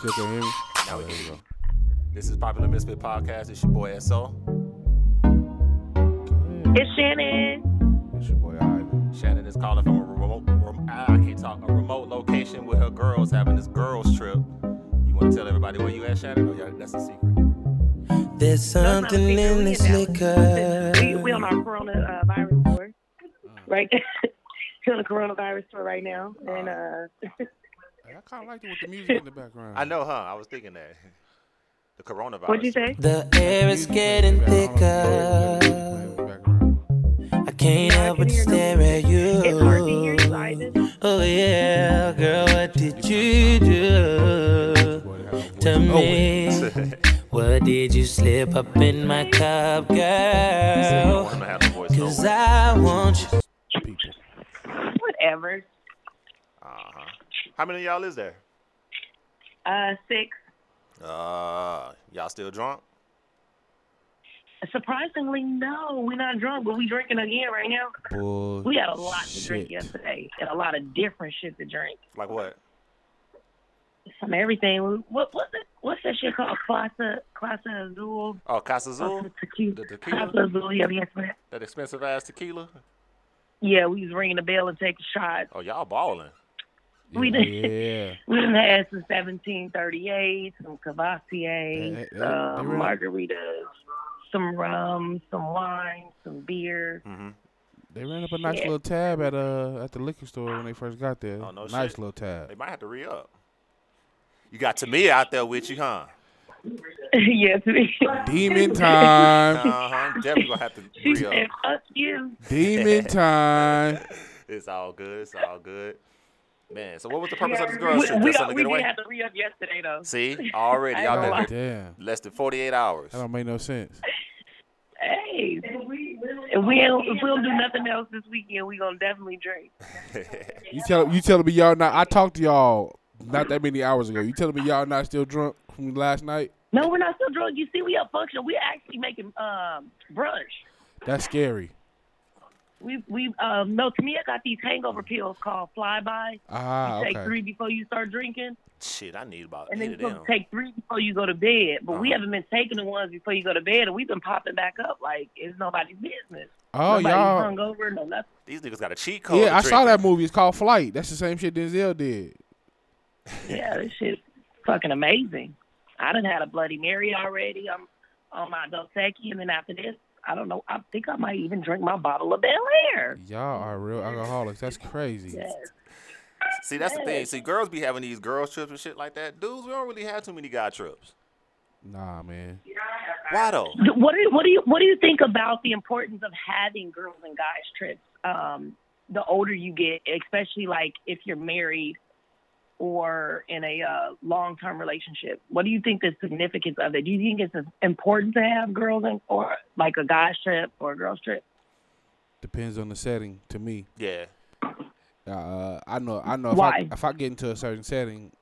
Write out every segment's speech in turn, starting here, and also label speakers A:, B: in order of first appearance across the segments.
A: Still can hear me?
B: Now we
A: there
B: can
A: we go.
B: This is Popular Misfit Podcast. It's your boy SO.
C: It's Shannon.
A: It's your boy Ivan.
B: Shannon is calling from a remote, rem- ah, I can't talk, a remote location with her girls having this girls trip. You want to tell everybody where you at, Shannon? Or y'all, that's a secret.
D: There's
C: That's not a
D: something
C: secret.
D: in
C: We
D: this
C: in
D: liquor.
C: Dallas. We, we on our coronavirus uh, virus tour, right? we on a coronavirus tour right now, and uh,
A: Hey, I kind of liked it with the music in the background.
B: I know, huh? I was thinking that. The coronavirus.
C: what'd you say?
D: The air is getting thicker. I can't
C: Yeah, I can
D: help but
C: hear
D: stare at
C: It's hard to hear you, Ivan.
D: you. Oh yeah, girl, what did you do to me? What did you slip up in my cup,
B: I'm
D: girl?
B: gonna have the voice
D: Cause
B: over.
D: I want you.
A: People.
C: Whatever.
B: Uh-huh. How many of y'all is there?
C: Uh, six.
B: Uh, y'all still drunk?
C: Surprisingly, no, we're not drunk, but we drinking again right now.
A: Bullshit.
C: We had a lot to drink yesterday, and a lot of different shit to drink.
B: Like what?
C: From everything. What what's it? What's that shit called? Classa Classa Azul.
B: Oh, Casa Azul?
C: Classa tequila.
B: The tequila?
C: Classa Azul. Yeah, yes, ma'am.
B: That expensive ass tequila?
C: Yeah, we was ringing the bell and taking shots.
B: Oh, y'all balling.
A: Yeah,
C: We did.
A: Yeah.
C: We done had some 1738, some Cavassiers,
A: Hey, hey, hey,
C: some
A: they really-
C: margaritas, some rum, some wine, some beer.
A: Hmm.
B: Mm-hmm.
A: They ran up a nice
C: Shit.
A: little tab at uh at the liquor store when they first got there.
B: Oh, no
A: nice
B: shit.
A: little tab.
B: They might have to re up. You got Tamia out there with you, huh?
C: yes, we-
A: Demon time.
B: Uh-huh. Definitely gonna have to
C: She
B: re
C: said,
B: up.
C: fuck you.
A: Demon time.
B: It's all good. It's all good. Man, so what was the purpose of this
C: We,
B: girl trip?
C: we,
B: Just
C: got,
B: something to get
C: we did
B: away?
C: have to re up yesterday, though.
B: See, already
C: I
B: y'all
C: ain't gonna
B: been
C: lie.
B: here
A: Damn.
B: less than 48 hours.
A: That don't make no sense.
C: Hey, if we, don't, if we don't do nothing else this weekend, we going to definitely drink.
A: You tell you telling me y'all not I talked to y'all not that many hours ago. You telling me y'all not still drunk from last night?
C: No, we're not still drunk. You see, we up functional. We're actually making um, brunch.
A: That's scary.
C: We we um no Tamia got these hangover pills called flyby.
A: Ah,
C: you take
A: okay.
C: three before you start drinking,
B: Shit, I need about
C: and then
B: eight
C: you
B: of them.
C: supposed to take three before you go to bed. But we
B: Uh-huh.
C: haven't been taking the ones before you go to bed, and we've been popping back up like it's nobody's business.
A: Oh,
C: Nobody's
A: y'all.
C: hungover, no nothing.
B: These niggas got a cheat code.
A: Yeah,
B: to
A: I saw
B: drinking.
A: that movie. It's called Flight. That's the same shit Denzel did.
C: Yeah, this shit fucking amazing. I done had a Bloody Mary already. I'm on my Dos Equis, and then after this, I don't know. I think I might even drink my bottle of Bel Air.
A: Y'all are real alcoholics. That's crazy.
C: Yes.
B: See, that's the thing. See, girls be having these girls trips and shit like that. Dudes, we don't really have too many guy trips.
A: Nah, man.
B: Why though?
C: What do you, what do you what do you think about the importance of having girls and guys trips? Um, the older you get, especially like if you're married or in a uh, long term relationship, what do you think the significance of it? Do you think it's important to have girls and or like a guys trip or a girls trip?
A: Depends on the setting to me.
B: Yeah.
A: Uh, I know. I know. If
C: Why?
A: I, if I get into a certain setting,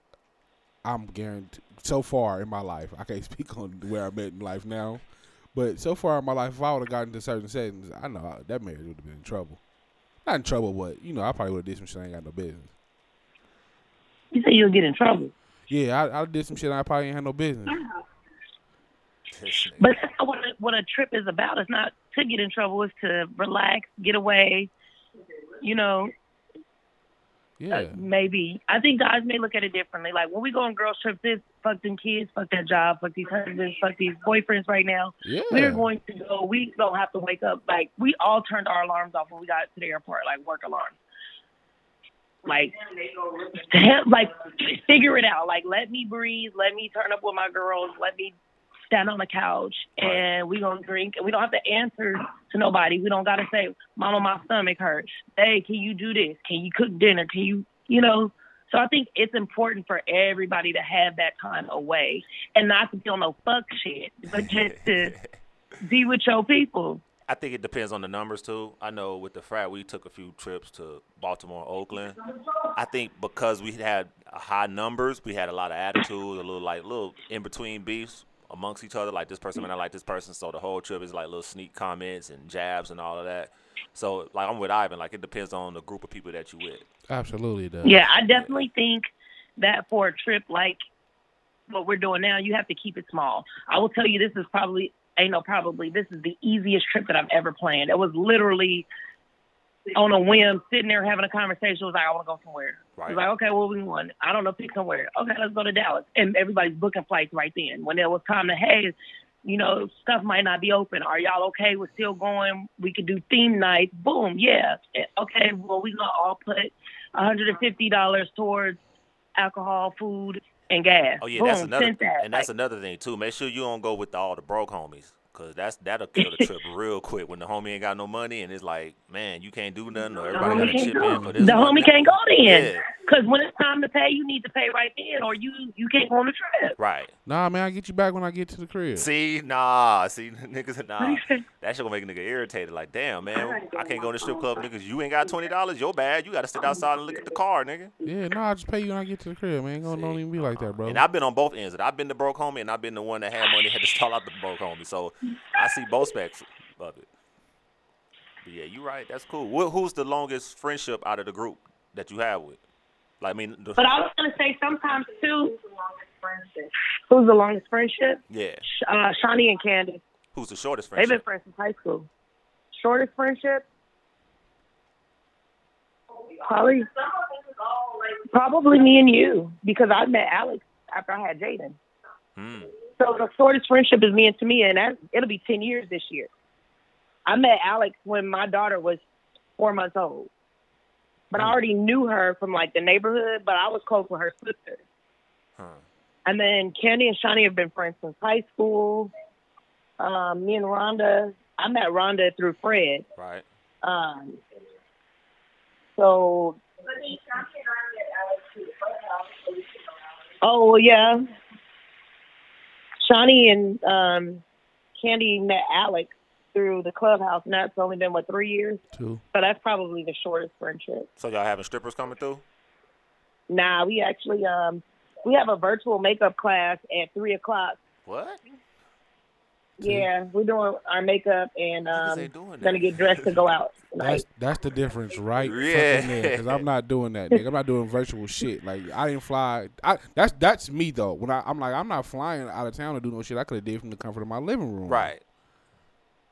A: I'm guaranteed. So far in my life, I can't speak on where I'm at in life now, but so far in my life, if I would have gotten to certain settings, I know I- that marriage would have been in trouble. Not in trouble, but you know, I probably would have did some shit I ain't got no business.
C: You say you'll get in trouble,
A: Yeah, I, I did some shit I probably ain't had no business.
B: This nigga.
C: but that's not what a, what a trip is about. It's not to get in trouble. It's to relax, get away. You know,
A: Yeah,
C: Uh, maybe. I think guys may look at it differently. Like when we go on girls trips, this fuck them kids, fuck that job, fuck these husbands, fuck these boyfriends right now.
A: yeah.
C: We're going to go. We don't have to wake up. Like we all turned our alarms off when we got to the airport, like work alarms. Like, to hell, like figure it out. Like let me breathe. Let me turn up with my girls. Let me stand on the couch
B: Right.
C: and we gonna drink. And we don't have to answer to nobody. We don't gotta say, "Mama, my stomach hurts." Hey, can you do this? Can you cook dinner? Can you, you know? So I think it's important for everybody to have that time away and not to be on no fuck shit, but just to be with your people.
B: I think it depends on the numbers too. I know with the frat, we took a few trips to Baltimore, Oakland. I think because we had a high numbers, we had a lot of attitude, a little like little in between beefs amongst each other. Like this person may not like this person, so the whole trip is like little sneak comments and jabs and all of that. So like I'm with Ivan. Like it depends on the group of people that you with.
A: Absolutely, it does.
C: Yeah, I definitely think that for a trip like what we're doing now, you have to keep it small. I will tell you, this is probably ain't no probably. This is the easiest trip that I've ever planned. It was literally on a whim, sitting there having a conversation. It was like, I want to go somewhere. Right. It was like, okay, well, we want. I don't know, pick somewhere. Okay, let's go to Dallas. And everybody's booking flights right then. When it was time to, hey, you know, stuff might not be open. Are y'all okay with still going? We could do theme night. Boom, yeah. Eh, Okay, well, we're going to all put $150 towards alcohol, food, and gas.
B: Oh yeah,
C: Boom,
B: that's another
C: sent that.
B: and that's another thing too. Make sure you don't go with all the broke homies. Cause that's that'll kill the trip real quick when the homie ain't got no money and it's like, man, you can't do nothing or
C: the
B: everybody gotta
C: homie can't
B: chip in
C: go.
B: for this.
C: The
B: one.
C: homie can't go then.
B: Yeah.
C: Because when it's time to pay, you need to pay right then, or you you can't go on the trip.
B: Right.
A: Nah, man, I get you back when I get to the crib.
B: See, nah, see niggas nah. That shit gonna make a nigga irritated. Like, damn man, I can't go to the strip club, niggas. You ain't got twenty dollars, your bad. You gotta sit outside and look at the car, nigga.
A: Yeah, nah, I just pay you when I get to the crib, man. Don't, don't
B: See,
A: even be like that, bro.
B: And I've been on both ends. of it. I've been the broke homie, and I've been the one that had money had to stall out the broke homie. So I see both specs of it. But yeah, you're right. That's cool. Wh- who's the longest friendship out of the group that you have with? Like, I mean, the,
C: But I was gonna say sometimes too. Who's the longest friendship?
B: yeah.
C: Sh- Uh, Shawnee and Candace.
B: Who's the shortest
C: They've been
B: friendship?
C: friends since high school. Shortest friendship? Probably. Probably me and you because I met Alex after I had Jaden.
B: Hmm.
C: So the shortest friendship is me and Tamia, and that, it'll be ten years this year. I met Alex when my daughter was four months old, but
B: Hmm.
C: I already knew her from like the neighborhood. But I was close with her sister.
B: Huh.
C: And then Candy and Shawnee have been friends since high school. Um, me and Rhonda, I met Rhonda through Fred.
B: Right.
C: Um, so. Oh well, yeah. Shawnee and um, Candy met Alex through the clubhouse, and that's only been what three years.
A: Too.
C: So that's probably the shortest friendship.
B: So y'all having strippers coming through?
C: Nah, we actually um, we have a virtual makeup class at three o'clock.
B: What?
C: Yeah, we're doing our makeup and
B: Niggas
C: um,
B: ain't doing
C: gonna
B: that.
C: get dressed to go out.
A: That's
C: Like,
A: that's the difference, right?
B: Yeah.
A: fucking there, Cause I'm not doing that, nigga. I'm not doing virtual shit. Like I didn't fly. I that's that's me though. When I I'm like I'm not flying out of town to do no shit. I could have did from the comfort of my living room.
B: Right.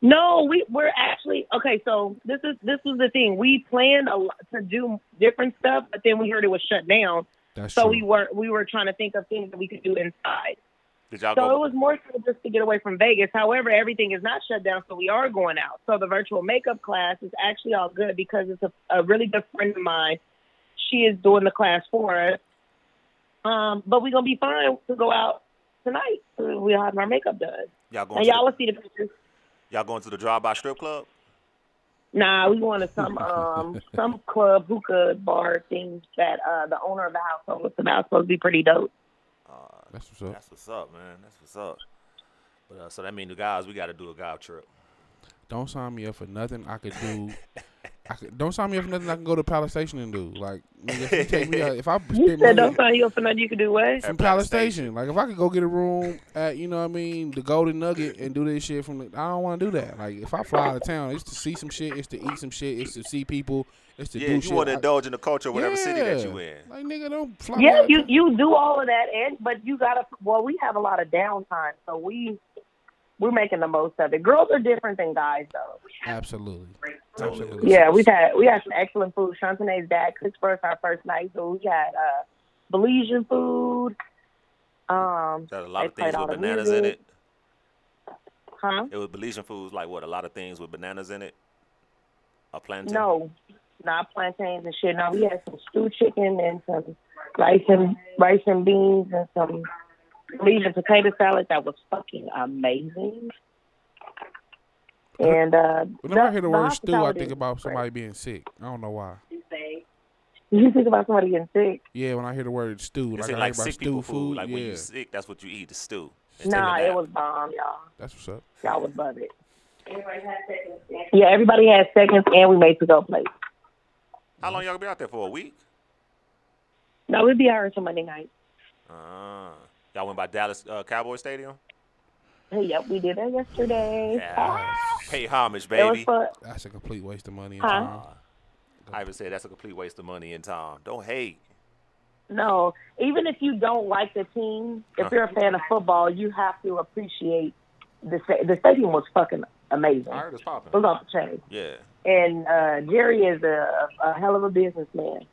C: no, we we're actually okay. So this is this was the thing. We planned a lot to do different stuff, but then we heard it was shut down.
A: That's
C: So
A: true.
C: we were we were trying to think of things that we could do inside.
B: Did y'all
C: So it
B: go?
C: was more so just to get away from Vegas. However, everything is not shut down, so we are going out. So the virtual makeup class is actually all good because it's a, a really good friend of mine. She is doing the class for us. Um, but we're gonna be fine to go out tonight. We'll have our makeup done.
B: y'all going?
C: And
B: To
C: y'all
B: the,
C: will see the pictures.
B: y'all going to the drive-by strip club?
C: Nah, we going to some um some club hookah bar thing that uh the owner of the house told us about. It's supposed to be pretty dope.
B: Uh,
A: That's what's up.
B: That's what's up, man. That's what's up. But uh, so that means the guys, we got to do a guy trip.
A: Don't sign me up for nothing I could do. I could, don't sign me up for nothing I can go to Palace Station and do. Like nigga, if you take me out, if I
C: You
A: spend
C: said
A: money
C: don't sign you up for nothing you could do what?
A: from
B: At Palace
A: Palace Station, like if I could go get a room at you know what I mean the Golden Nugget and do this shit from, the, I don't want to do that. Like if I fly out of town, it's to see some shit, it's to eat some shit, it's to see people, it's to
B: Yeah,
A: do
B: you
A: shit.
B: want to
A: I-
B: indulge in the culture, of whatever city that
A: Yeah.
B: you in.
A: Like nigga, don't fly. me
C: Yeah,
A: out
C: you
A: of-
C: you do all of that, and but you gotta. Well, we have a lot of downtime, so we we're making the most of it. Girls are different than guys, though.
A: Absolutely.
B: Totally.
A: Absolutely.
C: Yeah, we've had we had some excellent food. Chantanay's dad cooked for us our first night, so we had uh, Belizean food. Um,
B: Got a lot
C: They
B: of things
C: played all
B: with
C: the
B: bananas in
C: music.
B: it.
C: huh?
B: It was Belizean foods, like what? A lot of things with bananas in it. A plantain.
C: No, not plantains and shit. No, we had some stewed chicken and some rice and rice and beans and some Belizean potato salad that was fucking amazing. And uh,
A: Whenever I
C: the-
A: hear the
C: the
A: word stew, I
C: hospitality
A: think
C: is
A: about
C: great.
A: somebody being sick. I don't know why.
C: You think about somebody getting sick?
A: Yeah, when I hear the word stew,
B: It's
A: like
B: in,
A: I
B: like
A: hear about
B: sick people food.
A: stew food.
B: Like
A: yeah,
B: when you sick, that's what you eat, the stew. and take a
C: Nah, it
B: nap.
C: was bomb, y'all.
A: that's what's up.
C: Y'all was love it. Yeah, everybody had seconds, and we made to go plates.
B: How long y'all gonna be out there for? A week?
C: No, we'd be out until Monday night.
B: Uh, y'all went by Dallas uh, Cowboy Stadium.
C: Hey, yep, we did that yesterday.
B: Yeah. Pay homage,
C: It was
B: baby.
C: fun.
A: That's a complete waste of money and
C: Huh?
A: time.
B: I even said that's a complete waste of money and time. Don't hate.
C: No, even if you don't like the team, if
B: Huh.
C: you're a fan of football, you have to appreciate the sta- the stadium was fucking amazing.
B: I
C: It
B: heard it's popping.
C: was off the chain.
B: Yeah.
C: And uh, Jerry is a, a hell of a businessman.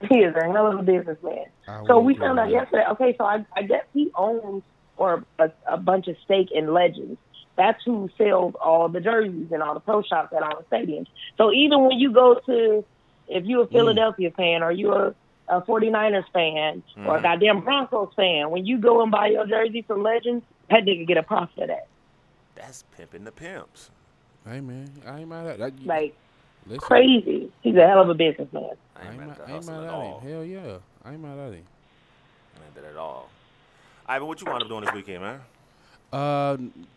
C: He is a hell of a businessman.
A: I
C: So
A: will
C: we
A: agree
C: found out
A: with that.
C: yesterday. Okay, so I, I guess he owns or a, a bunch of stake in Legends. That's who sells all the jerseys and all the pro shops at all the stadiums. So even when you go to, if you're a
B: Mm.
C: Philadelphia fan or you're a 49ers fan or a
B: Mhm.
C: goddamn Broncos fan, when you go and buy your jersey from Legends, that nigga get a profit of that.
B: That's pimping the pimps.
A: Hey man, I ain't mad at that.
C: Like
A: Listen,
C: crazy. He's a hell of a businessman.
B: I
A: I
B: ain't
A: ain't,
B: mad
A: mad,
B: at the
A: I ain't
B: hustle
A: mad
B: at
A: at him.
B: all.
A: Hell yeah, I ain't mad at him.
B: I ain't mad at all. Ivan, what you wind up doing this weekend, man?
A: Uh,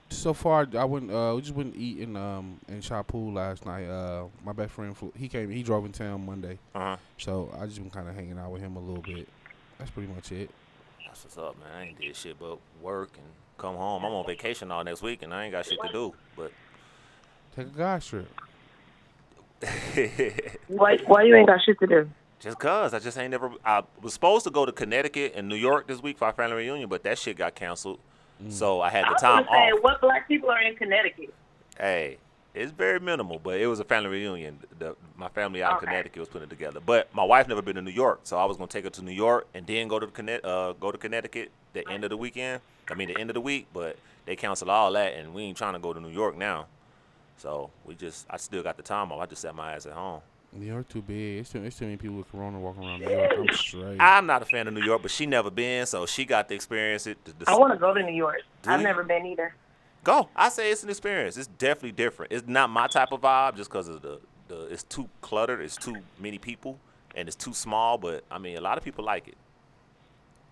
A: so far I went. Uh, we just went eating um in shot pool last night. Uh, my best friend flew, he came. He drove in town Monday,
B: Uh huh.
A: so I just been kind of hanging out with him a little bit. That's pretty much it.
B: That's what's up, man. I ain't did shit but work and come home. I'm on vacation all next week, and I ain't got shit to do. But
A: Take a guys trip.
C: Why, why you ain't got shit to do?
B: just cause I just ain't never. I was supposed to go to Connecticut and New York this week for our family reunion, but that shit got canceled. So I had the time off.
C: what black people are in Connecticut?
B: Hey, it's very minimal, but it was a family reunion. The, my family out of
C: Okay.
B: Connecticut was putting it together, but my wife never been to New York, so I was gonna take her to New York and then go to Connecticut, uh, go to Connecticut the end of the weekend. I mean the end of the week, but they canceled all that, and we ain't trying to go to New York now. So we just, I still got the time off. I just sat my ass at home.
A: New York too big. It's too, it's too many people with corona walking around New York. I'm straight.
C: Mm.
B: I'm not a fan of New York, but she never been, so she got to experience it. The- the-
C: I want to go to New York.
B: Do
C: I've
B: you?
C: never been either.
B: go. I say it's an experience. It's definitely different. It's not my type of vibe just because of the, the it's too cluttered, it's too many people, and it's too small. But I mean, a lot of people like it.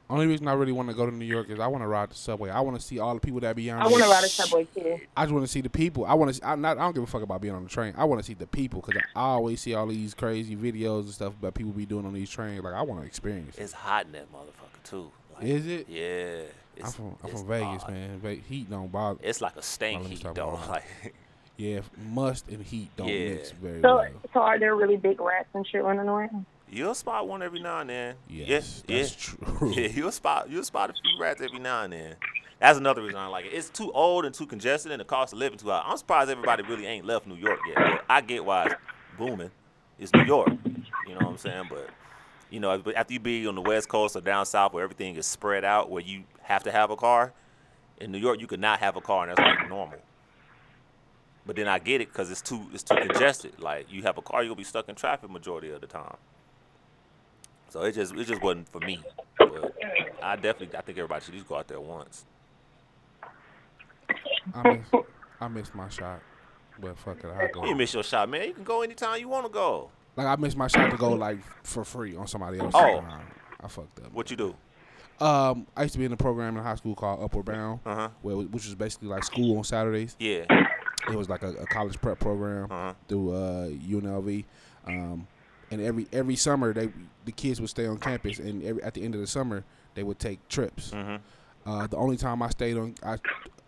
A: Only reason I really want to go to New York is I want to ride the subway. I want to see all the people that be on.
C: I
A: it.
C: want to ride a subway too.
A: I just want to see the people. I want to. I not. I don't give a fuck about being on the train. I want to see the people because I always see all these crazy videos and stuff that people be doing on these trains. Like I want to experience. It.
B: It's hot in that motherfucker too. Like,
A: Is it?
B: Yeah.
A: I'm
B: it's-
A: from. I'm
B: it's
A: from Vegas,
B: odd.
A: man. Ve- heat don't bother.
B: It's like a stank
A: Oh, let me
B: heat
A: stop
B: though.
A: lying.
B: Like
A: Yeah, f- must and heat don't
B: Yeah.
A: mix very
C: So,
A: well.
C: so are there really big rats and shit running around?
B: you'll spot one every now and then. Yeah,
A: Yes,
B: yeah.
A: that's true.
B: Yeah, you'll spot you'll spot a few rats every now and then. That's another reason I don't like it. It's too old and too congested, and the cost of living too high. I'm surprised everybody really ain't left New York yet. But I get why it's booming. It's New York. You know what I'm saying? But you know, but after you be on the West Coast or down south where everything is spread out, where you have to have a car, in New York you could not have a car, and that's like normal. But then I get it because it's too it's too congested. Like you have a car, you'll be stuck in traffic majority of the time. So it just it just wasn't for me. But I definitely I think everybody should just go out there once.
A: I miss. I missed my shot, but fuck it, I go.
B: You miss your shot, man. You can go anytime you want to go.
A: Like I missed my shot to go like for free on somebody else's
B: Oh.
A: time. I fucked up.
B: What you do?
A: Um, I used to be in a program in high school called Upward Bound,
B: Uh-huh.
A: where, which was basically like school on Saturdays.
B: Yeah.
A: It was like a, a college prep program
B: Uh-huh.
A: through uh, UNLV, um, and every every summer they the kids would stay on campus, and every, at the end of the summer they would take trips. Uh, the only time I stayed on, I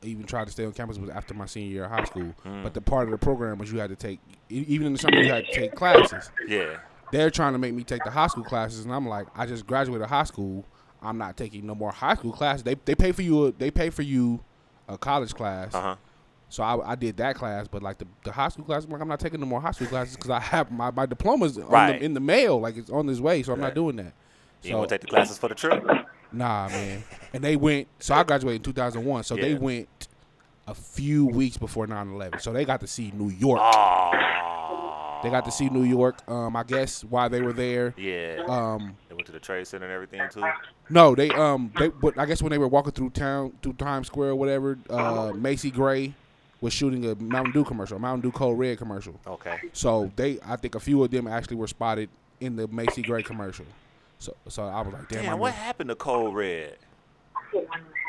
A: even tried to stay on campus was after my senior year of high school. But the part of the program was you had to take, e- even in the summer you had to take classes
B: Yeah.
A: they're trying to make me take the high school classes, and I'm like, I just graduated high school. I'm not taking no more high school classes. They they pay for you. A, they pay for you a college class.
B: Uh-huh.
A: So I, I did that class, but like the, the high school class, I'm like, I'm not taking no more high school classes because I have my my diplomas on
B: Right.
A: the, in the mail, like it's on its way. So I'm
B: Right.
A: not doing that.
B: You
A: So-
B: want to take the classes for the trip?
A: Nah, man. And they went. So I graduated in 2001. So they
B: Yeah.
A: went a few weeks before 9/11. So they got to see New York.
B: Oh.
A: They got to see New York. Um, I guess while they were there.
B: Yeah.
A: Um,
B: they went to the trade center and everything too.
A: No, they um they but I guess when they were walking through town through Times Square or whatever, uh Macy Gray was shooting a Mountain Dew commercial, a Mountain Dew Cold Red commercial.
B: Okay.
A: So they I think a few of them actually were spotted in the Macy Gray commercial. So so I was like, damn,
B: Damn,
A: I
B: what
A: know-
B: happened to Cold Red?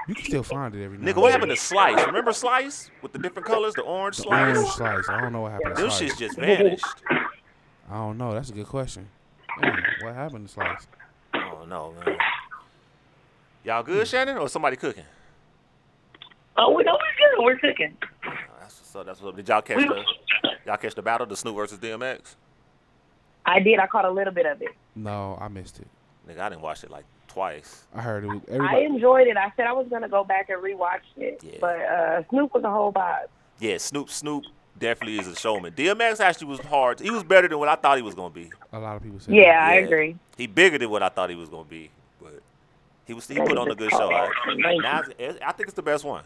A: you can still find it every now
B: Nigga,
A: and
B: what
A: then.
B: happened to Slice? Remember Slice with the different colors, the orange
A: the
B: slice?
A: orange slice? I don't know what happened to
B: Those
A: slice.
B: shits just vanished.
A: I don't know. That's a good question. Damn, what happened to slice?
B: Oh no, man. Y'all good, Shannon, or somebody cooking?
C: Oh, we know we're good. We're cooking.
B: Oh, that's what's up. That's what's up. Did y'all catch the y'all catch the battle, the Snoop versus DMX?
C: I did. I caught a little bit of it.
A: No, I missed it.
B: Nigga, I didn't watch it like twice.
A: I heard it. was-
E: I
A: Everybody,
E: enjoyed it. I said I was gonna go back and rewatch it,
B: Yeah.
E: but uh, Snoop was a whole vibe.
B: Yeah, Snoop Snoop definitely is a showman. DMX actually was hard. He was better than what I thought he was gonna be.
A: a lot of people said.
E: Yeah, I
B: Yeah.
E: agree.
B: He bigger than what I thought he was gonna be, but he was he put on a good show. I, now, it's- I think it's the best one.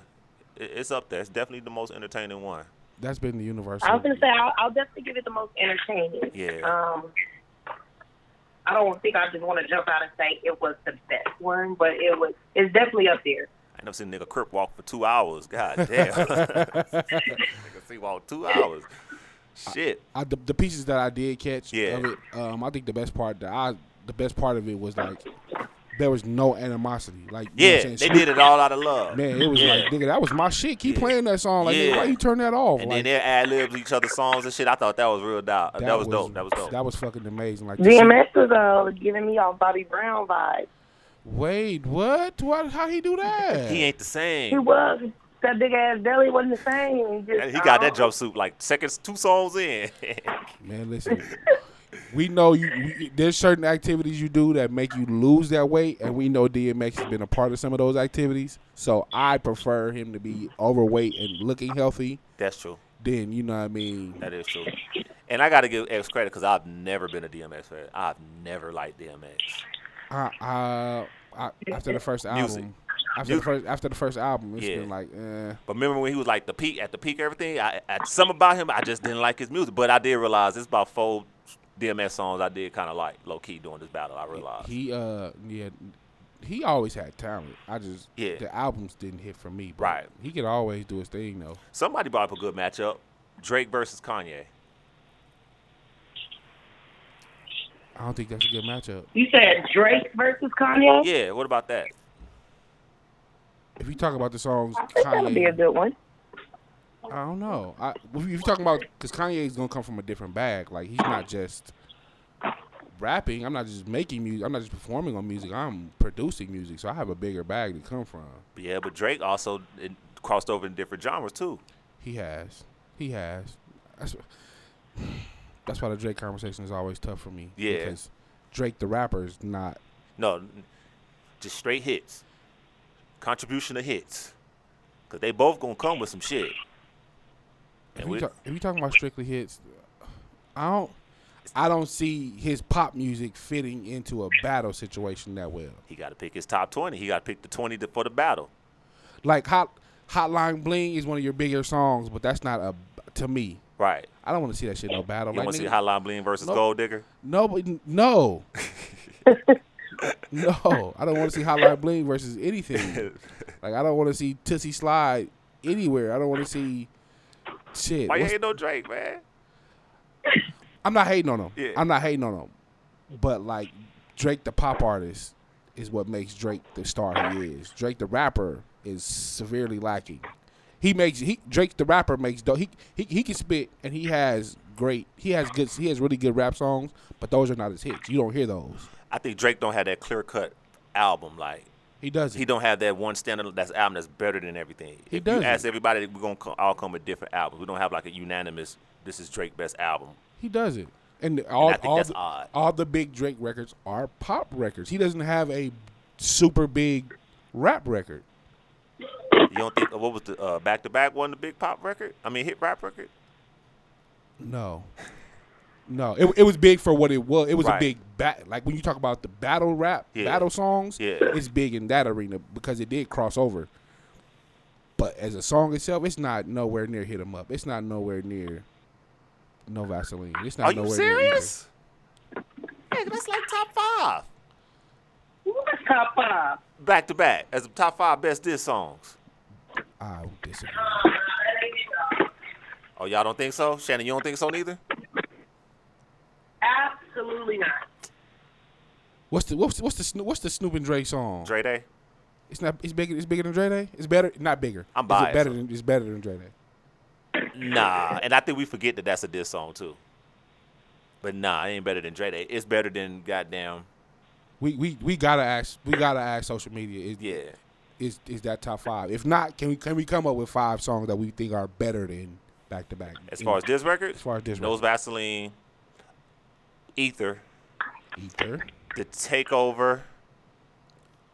B: It- It's up there. It's definitely the most entertaining one.
A: That's been the universal.
E: I was gonna say I'll, I'll definitely give it the most entertaining.
B: Yeah.
E: Um, I don't think I just want to jump out and say it was the best one, but it was. It's definitely up there.
B: I ain't never seen a nigga crip walk for two hours. God damn. nigga see walk two hours. Shit.
A: I, the, the pieces that I did catch
B: Yeah.
A: of it, um, I think the best part that I, the best part of it was like there was no animosity. Like you know
B: Yeah,
A: what I'm
B: they
A: saying?
B: did it all out of love.
A: Man, it was
B: Yeah.
A: like nigga, that was my shit. Keep
B: Yeah.
A: playing that song. Like nigga,
B: Yeah.
A: why you turn that off?
B: And
A: like
B: then they ad libs each other's songs and shit. I thought that was real dope. That, was, dope. That was dope.
A: That was fucking amazing. Like to see-
E: DMX was uh, giving me all Bobby Brown vibes.
A: Wait, what? What? How he do that?
B: he ain't the
E: He
B: same.
E: was. That big ass belly wasn't the same. He,
B: And
E: just,
B: He got that
E: I don't-
B: jumpsuit like seconds, two songs in.
A: Man, listen. We know you. We, there's certain activities you do that make you lose that weight, and we know DMX has been a part of some of those activities. So I prefer him to be overweight and looking healthy
B: That's true.
A: than you know what I mean.
B: That is true. And I got to give X credit because I've never been a DMX fan. I've never liked DMX.
A: I, I, I, after the first album,
B: Music.
A: after the first after the first album, it's
B: Yeah.
A: been like, eh.
B: But remember when he was like the peak at the peak of everything? I, I some about him I just didn't like his music, but I did realize it's about four DMS songs I did kind of like low key during this battle. I realized.
A: He uh yeah, he always had talent. I just
B: Yeah.
A: the albums didn't hit for me. But
B: Right.
A: He could always do his thing though.
B: Somebody brought up a good matchup: Drake versus Kanye.
A: I don't think that's a good matchup.
C: You said Drake versus Kanye?
B: Yeah, what about that?
A: If you talk about the songs,
E: I think that'll be a
A: Kanye,
E: good one.
A: I don't know. I, if you're talking about because Kanye's gonna come from a different bag. Like he's not just rapping. I'm not just making music. I'm not just performing on music. I'm producing music. So I have a bigger bag to come from.
B: Yeah, but Drake also it crossed over in different genres too.
A: He has. He has. That's, wh- that's why the Drake conversation is always tough for me.
B: Yeah.
A: Because Drake the rapper is not.
B: No, n- just straight hits, contribution of hits, cause they both gonna come with some shit.
A: If
B: And
A: you
B: we-
A: talk, if you talking about strictly hits, I don't. I don't see his pop music fitting into a battle situation that well.
B: He got to pick his top twenty. He got to pick the twenty to, for the battle.
A: Like hot Hotline Bling is one of your bigger songs, but that's not a to me.
B: Right.
A: I don't want to see that shit no battle.
B: You want
A: Like,
B: to see
A: nigga,
B: Hotline Bling versus
A: Nope.
B: Gold Digger?
A: no, but n- no. no, I don't want to see Hotline Bling versus anything. like I don't want to see Tootsie Slide anywhere. I don't want to see shit.
B: Why you
A: What's-
B: ain't no Drake, man?
A: I'm not hating on him.
B: Yeah.
A: I'm not hating on him. But like Drake the pop artist is what makes Drake the star he is. Drake the rapper is severely lacking. He makes he Drake the rapper makes dope. He, he he can spit and he has great he has good he has really good rap songs, but those are not his hits. You don't hear those.
B: I think Drake don't have that clear cut album. Like
A: He doesn't.
B: he don't have that one standard that's album that's better than everything.
A: He
B: if
A: doesn't.
B: you ask everybody, we're gonna co- all come with different albums. We don't have like a unanimous. This is Drake's best album.
A: He doesn't. And all
B: I think
A: all
B: that's
A: the,
B: odd.
A: all the big Drake records are pop records. He doesn't have a super big rap record.
B: You don't think uh, what was the back to back one the big pop record? I mean hit rap record.
A: No. No, it, it was big for what it was. It was a
B: Right.
A: big bat. Like when you talk about the battle rap,
B: Yeah.
A: battle songs,
B: Yeah.
A: it's big in that arena because it did cross over. But as a song itself, it's not nowhere near hit 'em up. It's not nowhere near no Vaseline. It's not
B: Are you
A: nowhere
B: serious? Yeah, that's like top five.
E: What's top five?
B: Back to back as the top five best diss songs.
A: near either. I would disagree.
B: Oh, y'all don't think so? Shannon, you don't think so neither?
E: Absolutely not.
A: What's the what's what's the Sno- what's the Snoop and Dre song?
B: Dre Day?
A: It's not. It's bigger. It's bigger than Dre Day. It's better. Not bigger.
B: I'm
A: Is it
B: biased.
A: better than. It's better than Dre Day.
B: Nah, and I think we forget that that's a diss song too. But nah, it ain't better than Dre Day. It's better than goddamn
A: We we we gotta ask. We gotta ask social media. Is,
B: yeah.
A: Is is that top five? If not, can we can we come up with five songs that we think are better than back to back?
B: As far as this record,
A: As far as diss
B: Nose Vaseline, Ether,
A: Ether,
B: The takeover.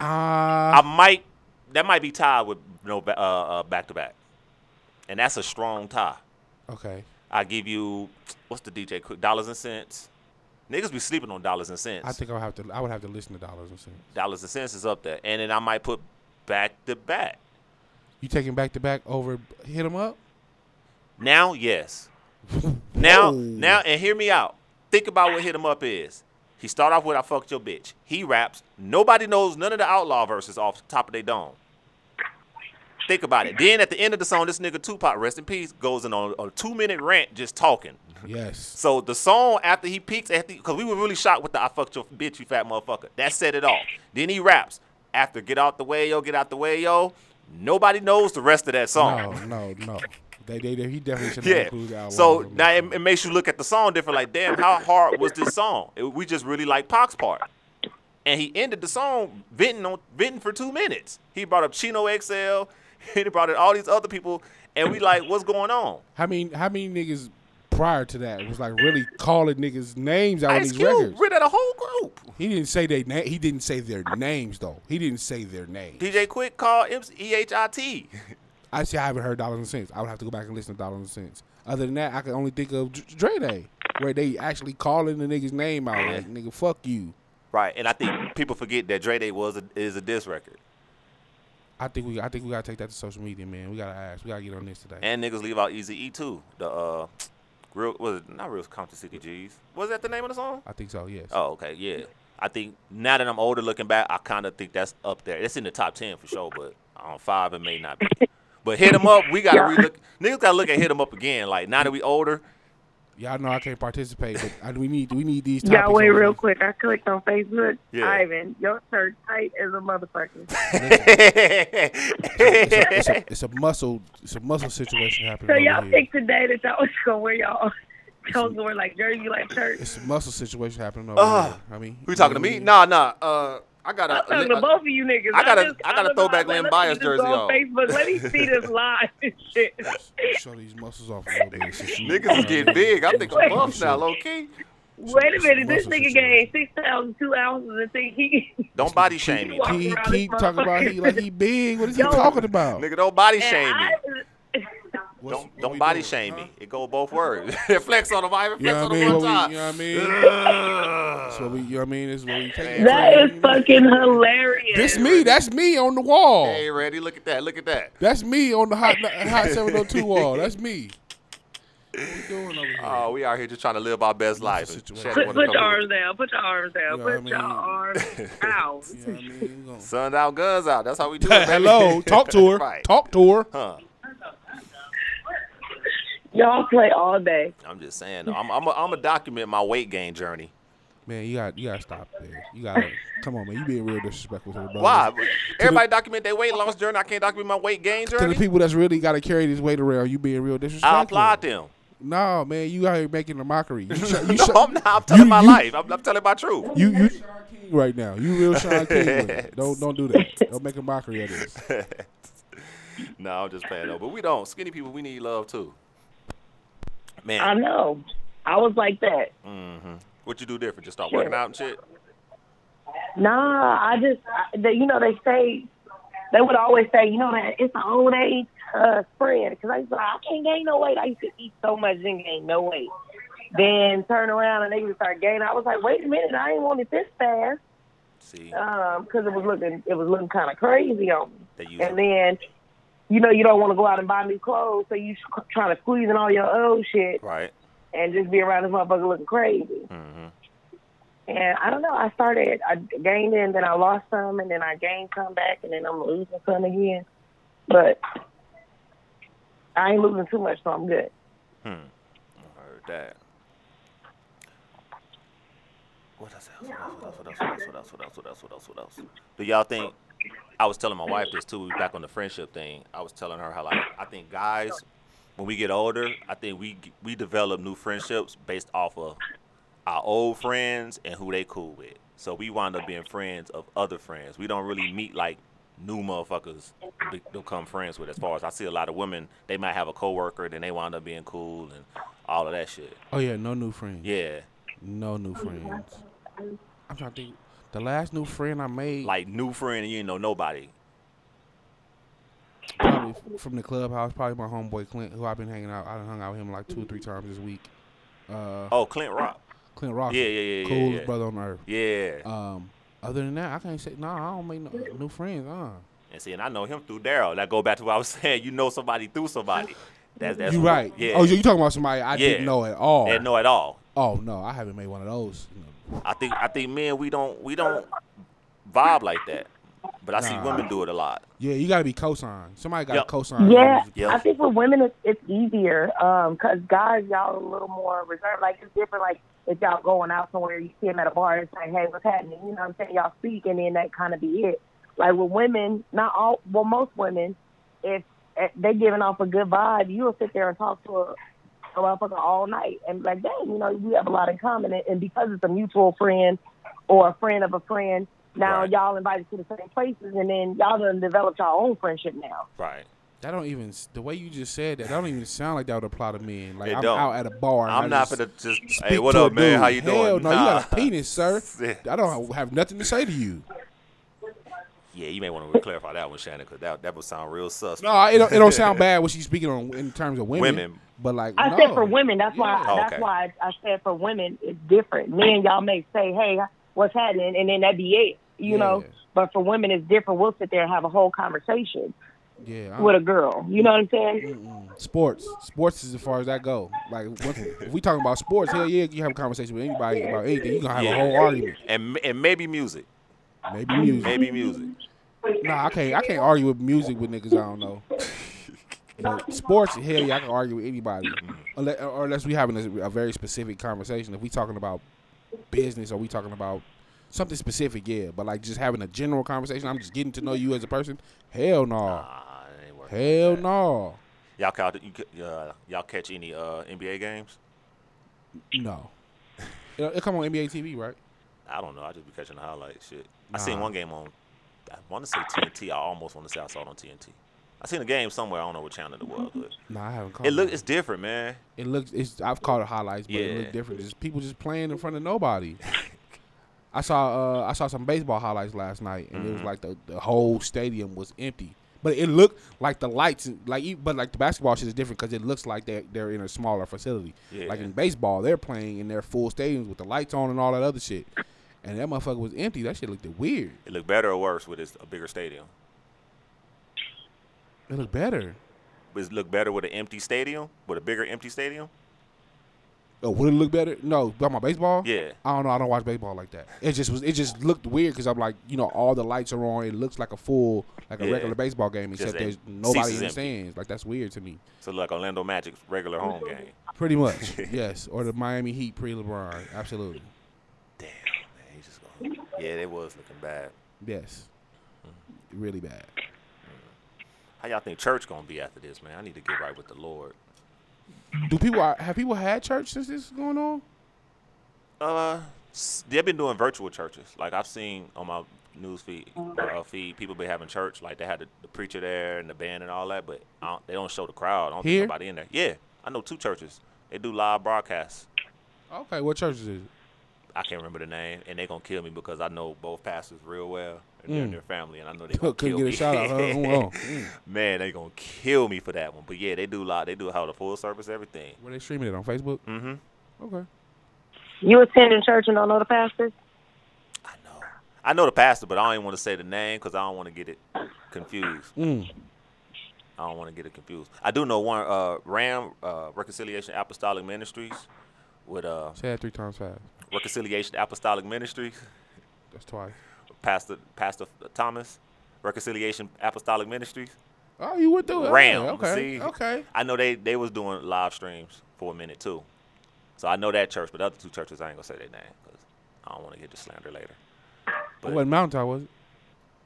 A: Ah,
B: I might. That might be tied with no ba- uh, uh, back to back, and that's a strong tie.
A: okay.
B: I give you what's the DJ quick dollars and cents. Niggas be sleeping on dollars and cents.
A: I think I would have to. I would have to listen to dollars and cents.
B: dollars and cents is up there, and then I might put back to back.
A: You taking back to back over? Hit him up.
B: Now, yes. Now,
A: Whoa.
B: now, and hear me out. Think about what hit him up is. He start off with "I fucked your bitch." He raps. Nobody knows none of the outlaw verses off the top of their dome. Think about it. Then at the end of the song, this nigga Tupac, rest in peace, goes in on a two minute rant just talking.
A: Yes.
B: So the song after he peaks, after because we were really shocked with the "I fucked your bitch, you fat motherfucker." That set it off. Then he raps after "Get out the way, yo, get out the way, yo." Nobody knows the rest of that song.
A: No, no, no. They, they, they he definitely should not
B: Yeah.
A: include the outlaws
B: So
A: on
B: now
A: that
B: it,
A: song.
B: it makes you look at the song different. Like, damn, how hard was this song? It- we just really like Pac's part. And he ended the song venting on venting for two minutes. He brought up Chino XL. He brought in all these other people, and we like, what's going on?
A: How many how many niggas prior to that was like really calling niggas names out on
B: Ice
A: these
B: Cube
A: records?
B: rid of the whole group.
A: He didn't say they na- he didn't say their names though. He didn't say their names.
B: DJ Quick called E H I T.
A: I say I haven't heard Dollars and Cents. I would have to go back and listen to Dollars and Cents. Other than that, I can only think of Dr- Dre Day, where they actually calling the nigga's name out like nigga fuck you.
B: Right, and I think people forget that Dre Day was a, is a diss record,
A: I think we I think we gotta take that to social media, man. We gotta ask. We gotta get on this today.
B: and niggas leave out Easy E too. The uh, real was it not real Compton City G's? Was that the name of the song?
A: I think so. Yes.
B: Oh, okay, yeah. I think now that I'm older, looking back, I kind of think that's up there. It's in the top ten for sure, but on five it may not be. But hit 'em up, we gotta relook. Niggas gotta look at hit 'em up again. Like now that we older,
A: Y'all know I can't participate, but I, we need we need these.
E: Y'all
A: topics
E: wait
A: on-
E: real quick. I clicked on Facebook.
B: Yeah.
E: Ivan, your shirt tight as a motherfucker.
A: It's a, it's, a, it's a muscle. It's a muscle situation happening.
C: So
A: over
C: y'all
A: here.
C: picked today that y'all was gonna wear y'all y'all gonna wear like jersey like shirts.
A: It's a muscle situation happening over
B: Ugh.
A: here. I mean,
B: Ah, who you talking to me? Nah, nah. Uh, I got
C: I'm
B: a,
C: talking to both of you niggas.
B: I got a-
C: just-
B: I got a
C: was
B: throwback
C: like,
B: Lynn
C: let me
B: Bias
C: just go
B: jersey
C: on
B: on.
C: Facebook. Let me see this live and shit.
A: Show these muscles off a little bit. since you-
B: niggas
A: you
B: is
A: know
B: getting
A: what I mean?
B: big. I think I'm buff now, low key.
C: Wait a minute, this
A: Muscle
C: nigga gained
A: situation.
C: six thousand two ounces and think he
B: Don't body shame me.
C: walking
A: He
C: around
A: keep
C: this
A: talking about he like he big. What is he talking about?
B: Nigga, don't body shame me.
C: and I,
A: What's-
B: Don't
A: what
B: don't
A: we
B: body
A: doing,
B: shame
A: huh?
B: me. It go both words. flex on them, Ivan.
A: You
B: Flex
A: know
B: on
A: what I
B: them
A: mean?
B: one time.
A: What we, you know what I mean? That's what we. You know what I mean? This is what we take.
C: that is fucking hilarious.
A: This me. That's me on the wall.
B: Hey, Randy, look at that. Look at that.
A: That's me on the hot hot seven hundred two wall. That's me. What we doing over here?
B: Oh, we out here just trying to live our best life.
A: the
B: and
A: situation?
B: Shannon
C: Put,
B: wanna
C: put
B: come with-
C: your arms down. Put your arms down.
A: You know
C: put
A: what I mean?
C: your arms out.
A: You know what I mean? We gonna-
B: Suns out, guns out. That's how we do it. baby.
A: Hello, talk to her.
B: Right.
A: Talk to her.
B: Huh.
C: Y'all play all day.
B: I'm just saying. though, I'm I'm gonna document my weight gain journey.
A: Man, you got you gotta stop there. You gotta come on, man. You being real disrespectful Uh, to the brother.
B: Why? Everybody document their weight loss journey. I can't document my weight gain
A: To the
B: journey.
A: people that's really gotta carry this weight around, you being real disrespectful.
B: I applaud them.
A: No, man, you out here making a mockery. You, sh- you,
B: No,
A: sh-
B: I'm not. I'm telling
A: you-
B: my
A: you-
B: life. I'm, I'm telling my truth.
A: you you Sean King right now. You real Sean King. with it. Don't don't do that. Don't make a mockery of this.
B: No, I'm just playing though. But we don't. Skinny people, we need love too. Man, mm-hmm.
C: I know. I was like that.
B: what you do different? Just start working out and shit.
C: Nah, I just, I, they, you know, they say, they would always say, you know, that it's an old age uh, spread. Because I used to be like, I can't gain no weight. I used to eat so much and gain no weight. Then turn around and they would start gaining. I was like, wait a minute, I ain't want it this fast.
B: See,
C: Um, 'cause it was looking, it was looking kind of crazy on me.
B: they use
C: And
B: it.
C: then, you know, you don't want to go out and buy new clothes, so you trying to squeeze in all your old shit
B: right.
C: and just be around this motherfucker looking crazy.
B: hmm
C: And I don't know. I started, I gained in, then I lost some, and then I gained some back, and then I'm losing some again. But I ain't losing too much, so I'm good.
B: I heard that. What else? What else? What else? What else? What else? What else? What else? What else? What else? Do y'all think? I was telling my wife this too. we Back on the friendship thing, I was telling her how like I think guys, when we get older, I think we g- we develop new friendships based off of our old friends and who they cool with. So we wind up being friends of other friends. We don't really meet like new motherfuckers be- become friends with. As far as I see, a lot of women they might have a coworker, then they wind up being cool and all of that shit.
A: Oh yeah, no new friends.
B: Yeah,
A: No new friends. I'm trying to think. The last new friend I made,
B: Like new friend and you ain't know nobody.
A: probably f- from the clubhouse, probably my homeboy Clint, who I've been hanging out. I done hung out with him like two or three times this week. Uh,
B: Oh, Clint Rock.
A: Clint Rock,
B: Yeah, yeah, yeah, yeah,
A: coolest
B: yeah.
A: brother on earth.
B: Yeah.
A: Um, other than that, I can't say no. I don't make no new friends. Uh.
B: and see, and I know him through Daryl. That go back to what I was saying. You know somebody through somebody. That's that's
A: You right?
B: Yeah.
A: Oh, you you talking about somebody I didn't
B: Yeah.
A: know at all?
B: Didn't know at all.
A: Oh no, I haven't made one of those. No.
B: I think I think men we don't we don't vibe like that. But I see
A: Nah.
B: women do it a lot.
A: Yeah, you got to be co-signed. Somebody got
B: Yup.
A: to co-sign.
E: Yeah,
B: Yep.
E: I think with women it's, it's easier because guys, y'all a little more reserved. Like it's different. Like if y'all going out somewhere, you see them at a bar and say, "Hey, what's happening?" You know what I'm saying? Y'all speak, and then that kind of be it. Like with women, not all, well, most women, if, if they giving off a good vibe, you'll sit there and talk to a, a motherfucker all night and be like, "Dang, you know, we have a lot in common." And, and because it's a mutual friend or a friend of a friend, now
B: Right.
E: y'all invited to the same places, and then y'all done developed y'all own friendship now.
B: Right.
A: That don't even the way you just said that. That don't even sound like that would apply to men. Like
B: It
A: I'm
B: don't.
A: out at a bar. and I
B: I'm not
A: just
B: gonna just
A: speak
B: Hey, what
A: to a
B: up, man?
A: dude.
B: How you doing?
A: Hell no, you got a
B: Nah.
A: penis, sir.
B: Yeah.
A: I don't have nothing to say to you.
B: Yeah, you may want to clarify that one, Shannon, because that, that would sound real sus.
A: No, it don't, it don't sound bad what she's speaking on in terms of women.
B: Women.
A: but like
E: I
A: no.
E: said for women. That's why.
B: Yeah.
E: That's
B: Okay.
E: why I said for women it's different. Men, y'all may say, "Hey, what's happening?" and then that be it. You
A: Yeah.
E: know. But for women, it's different. We'll sit there and have a whole conversation
A: Yeah,
E: with
A: I,
E: a girl. You know what I'm saying?
A: mm, sports. Sports is as far as that go. Like once- if we talking about sports, hell yeah, you have a conversation with anybody about anything. You gonna have
B: Yeah.
A: a whole argument.
B: And and maybe music.
A: Maybe music.
B: Maybe music.
A: Nah, I can't. I can't argue with music with niggas I don't know. But sports, hell yeah, I can argue with anybody, unless, or unless we having a, a very specific conversation. If we talking about business, or we talking about something specific, yeah. But like just having a general conversation, I'm just getting to know you as a person. Hell no,
B: Nah, it ain't working like
A: hell
B: that.
A: no,
B: Y'all caught you, ca- uh, y'all catch any uh, NBA games?
A: no. It, it come on NBA TV, right?
B: I don't know. I just be catching the highlights. Shit. I seen
A: Nah.
B: one game on. I want to say TNT. I almost want to say I saw it on TNT. I seen a game somewhere. I don't know what channel it was, but
A: Oh, No, I haven't. Caught
B: it look it's different, man.
A: It looks. It's. I've caught it highlights, but it
B: Yeah.
A: looked different. Just people just playing in front of nobody. I saw. Uh, I saw some baseball highlights last night, and it
B: Mm-hmm.
A: was like the, the whole stadium was empty. But it looked like the lights, like e- but like the basketball shit is different because it looks like they're, they're in a smaller facility. Like
B: Yeah.
A: in baseball, they're playing in their full stadiums with the lights on and all that other shit. And that motherfucker was empty. That shit looked weird.
B: It looked better or worse with it's a bigger stadium.
A: It looked better.
B: But it looked better with an empty stadium, with a bigger empty stadium.
A: Oh, would it look better? No, but my baseball.
B: Yeah.
A: I don't know. I don't watch baseball like that. It just was. It just looked weird because I'm like, you know, all the lights are on. It looks like a full, like a
B: Yeah.
A: regular baseball game,
B: Just
A: except
B: that
A: there's
B: seats
A: nobody
B: is
A: in the
B: empty.
A: stands. Like that's weird to me.
B: So like Orlando Magic's regular home game.
A: Pretty much, yes. Or the Miami Heat pre LeBron, absolutely,
B: Damn, man, he's just going. Yeah, they was looking bad.
A: yes, really bad.
B: How y'all think church gonna be after this, man? I need to get right with the Lord.
A: Do people uh, have people had church since this is going on?
B: Uh, s- they've been doing virtual churches. Like I've seen on my news feed, uh, feed people been having church. Like they had the, the preacher there and the band and all that, but I don't, they don't show the crowd. I don't
A: Here?
B: think nobody in there. Yeah, I know two churches. They do live broadcasts.
A: Okay, what church is it?
B: I can't remember the name, and they gonna kill me because I know both pastors real well, and
A: Mm.
B: they're in their family, and I know they gonna kill
A: Couldn't get a
B: me.
A: shout out. Huh? Mm, mm.
B: Man, they gonna kill me for that one. But yeah, they do live. They do how the full service, everything.
A: Where they streaming it on Facebook?
B: Mm-hmm.
A: Okay.
E: You attending church and don't know the pastor?
B: I know. I know the pastor, but I don't even want to say the name because I don't want to get it confused.
A: Mm.
B: I don't want to get it confused. I do know one uh, Ram uh, Reconciliation Apostolic Ministries with uh,
A: Say that three times fast.
B: Reconciliation Apostolic Ministries
A: That's twice.
B: Pastor Pastor Thomas Reconciliation Apostolic Ministries.
A: Oh, you went through it.
B: Ram,
A: Okay.
B: see?
A: Okay.
B: I know they they was doing live streams for a minute too, so I know that church. But the other two churches, I ain't gonna say their name because I don't want to get the slander later.
A: It
B: But-
A: wasn't Mountain was it?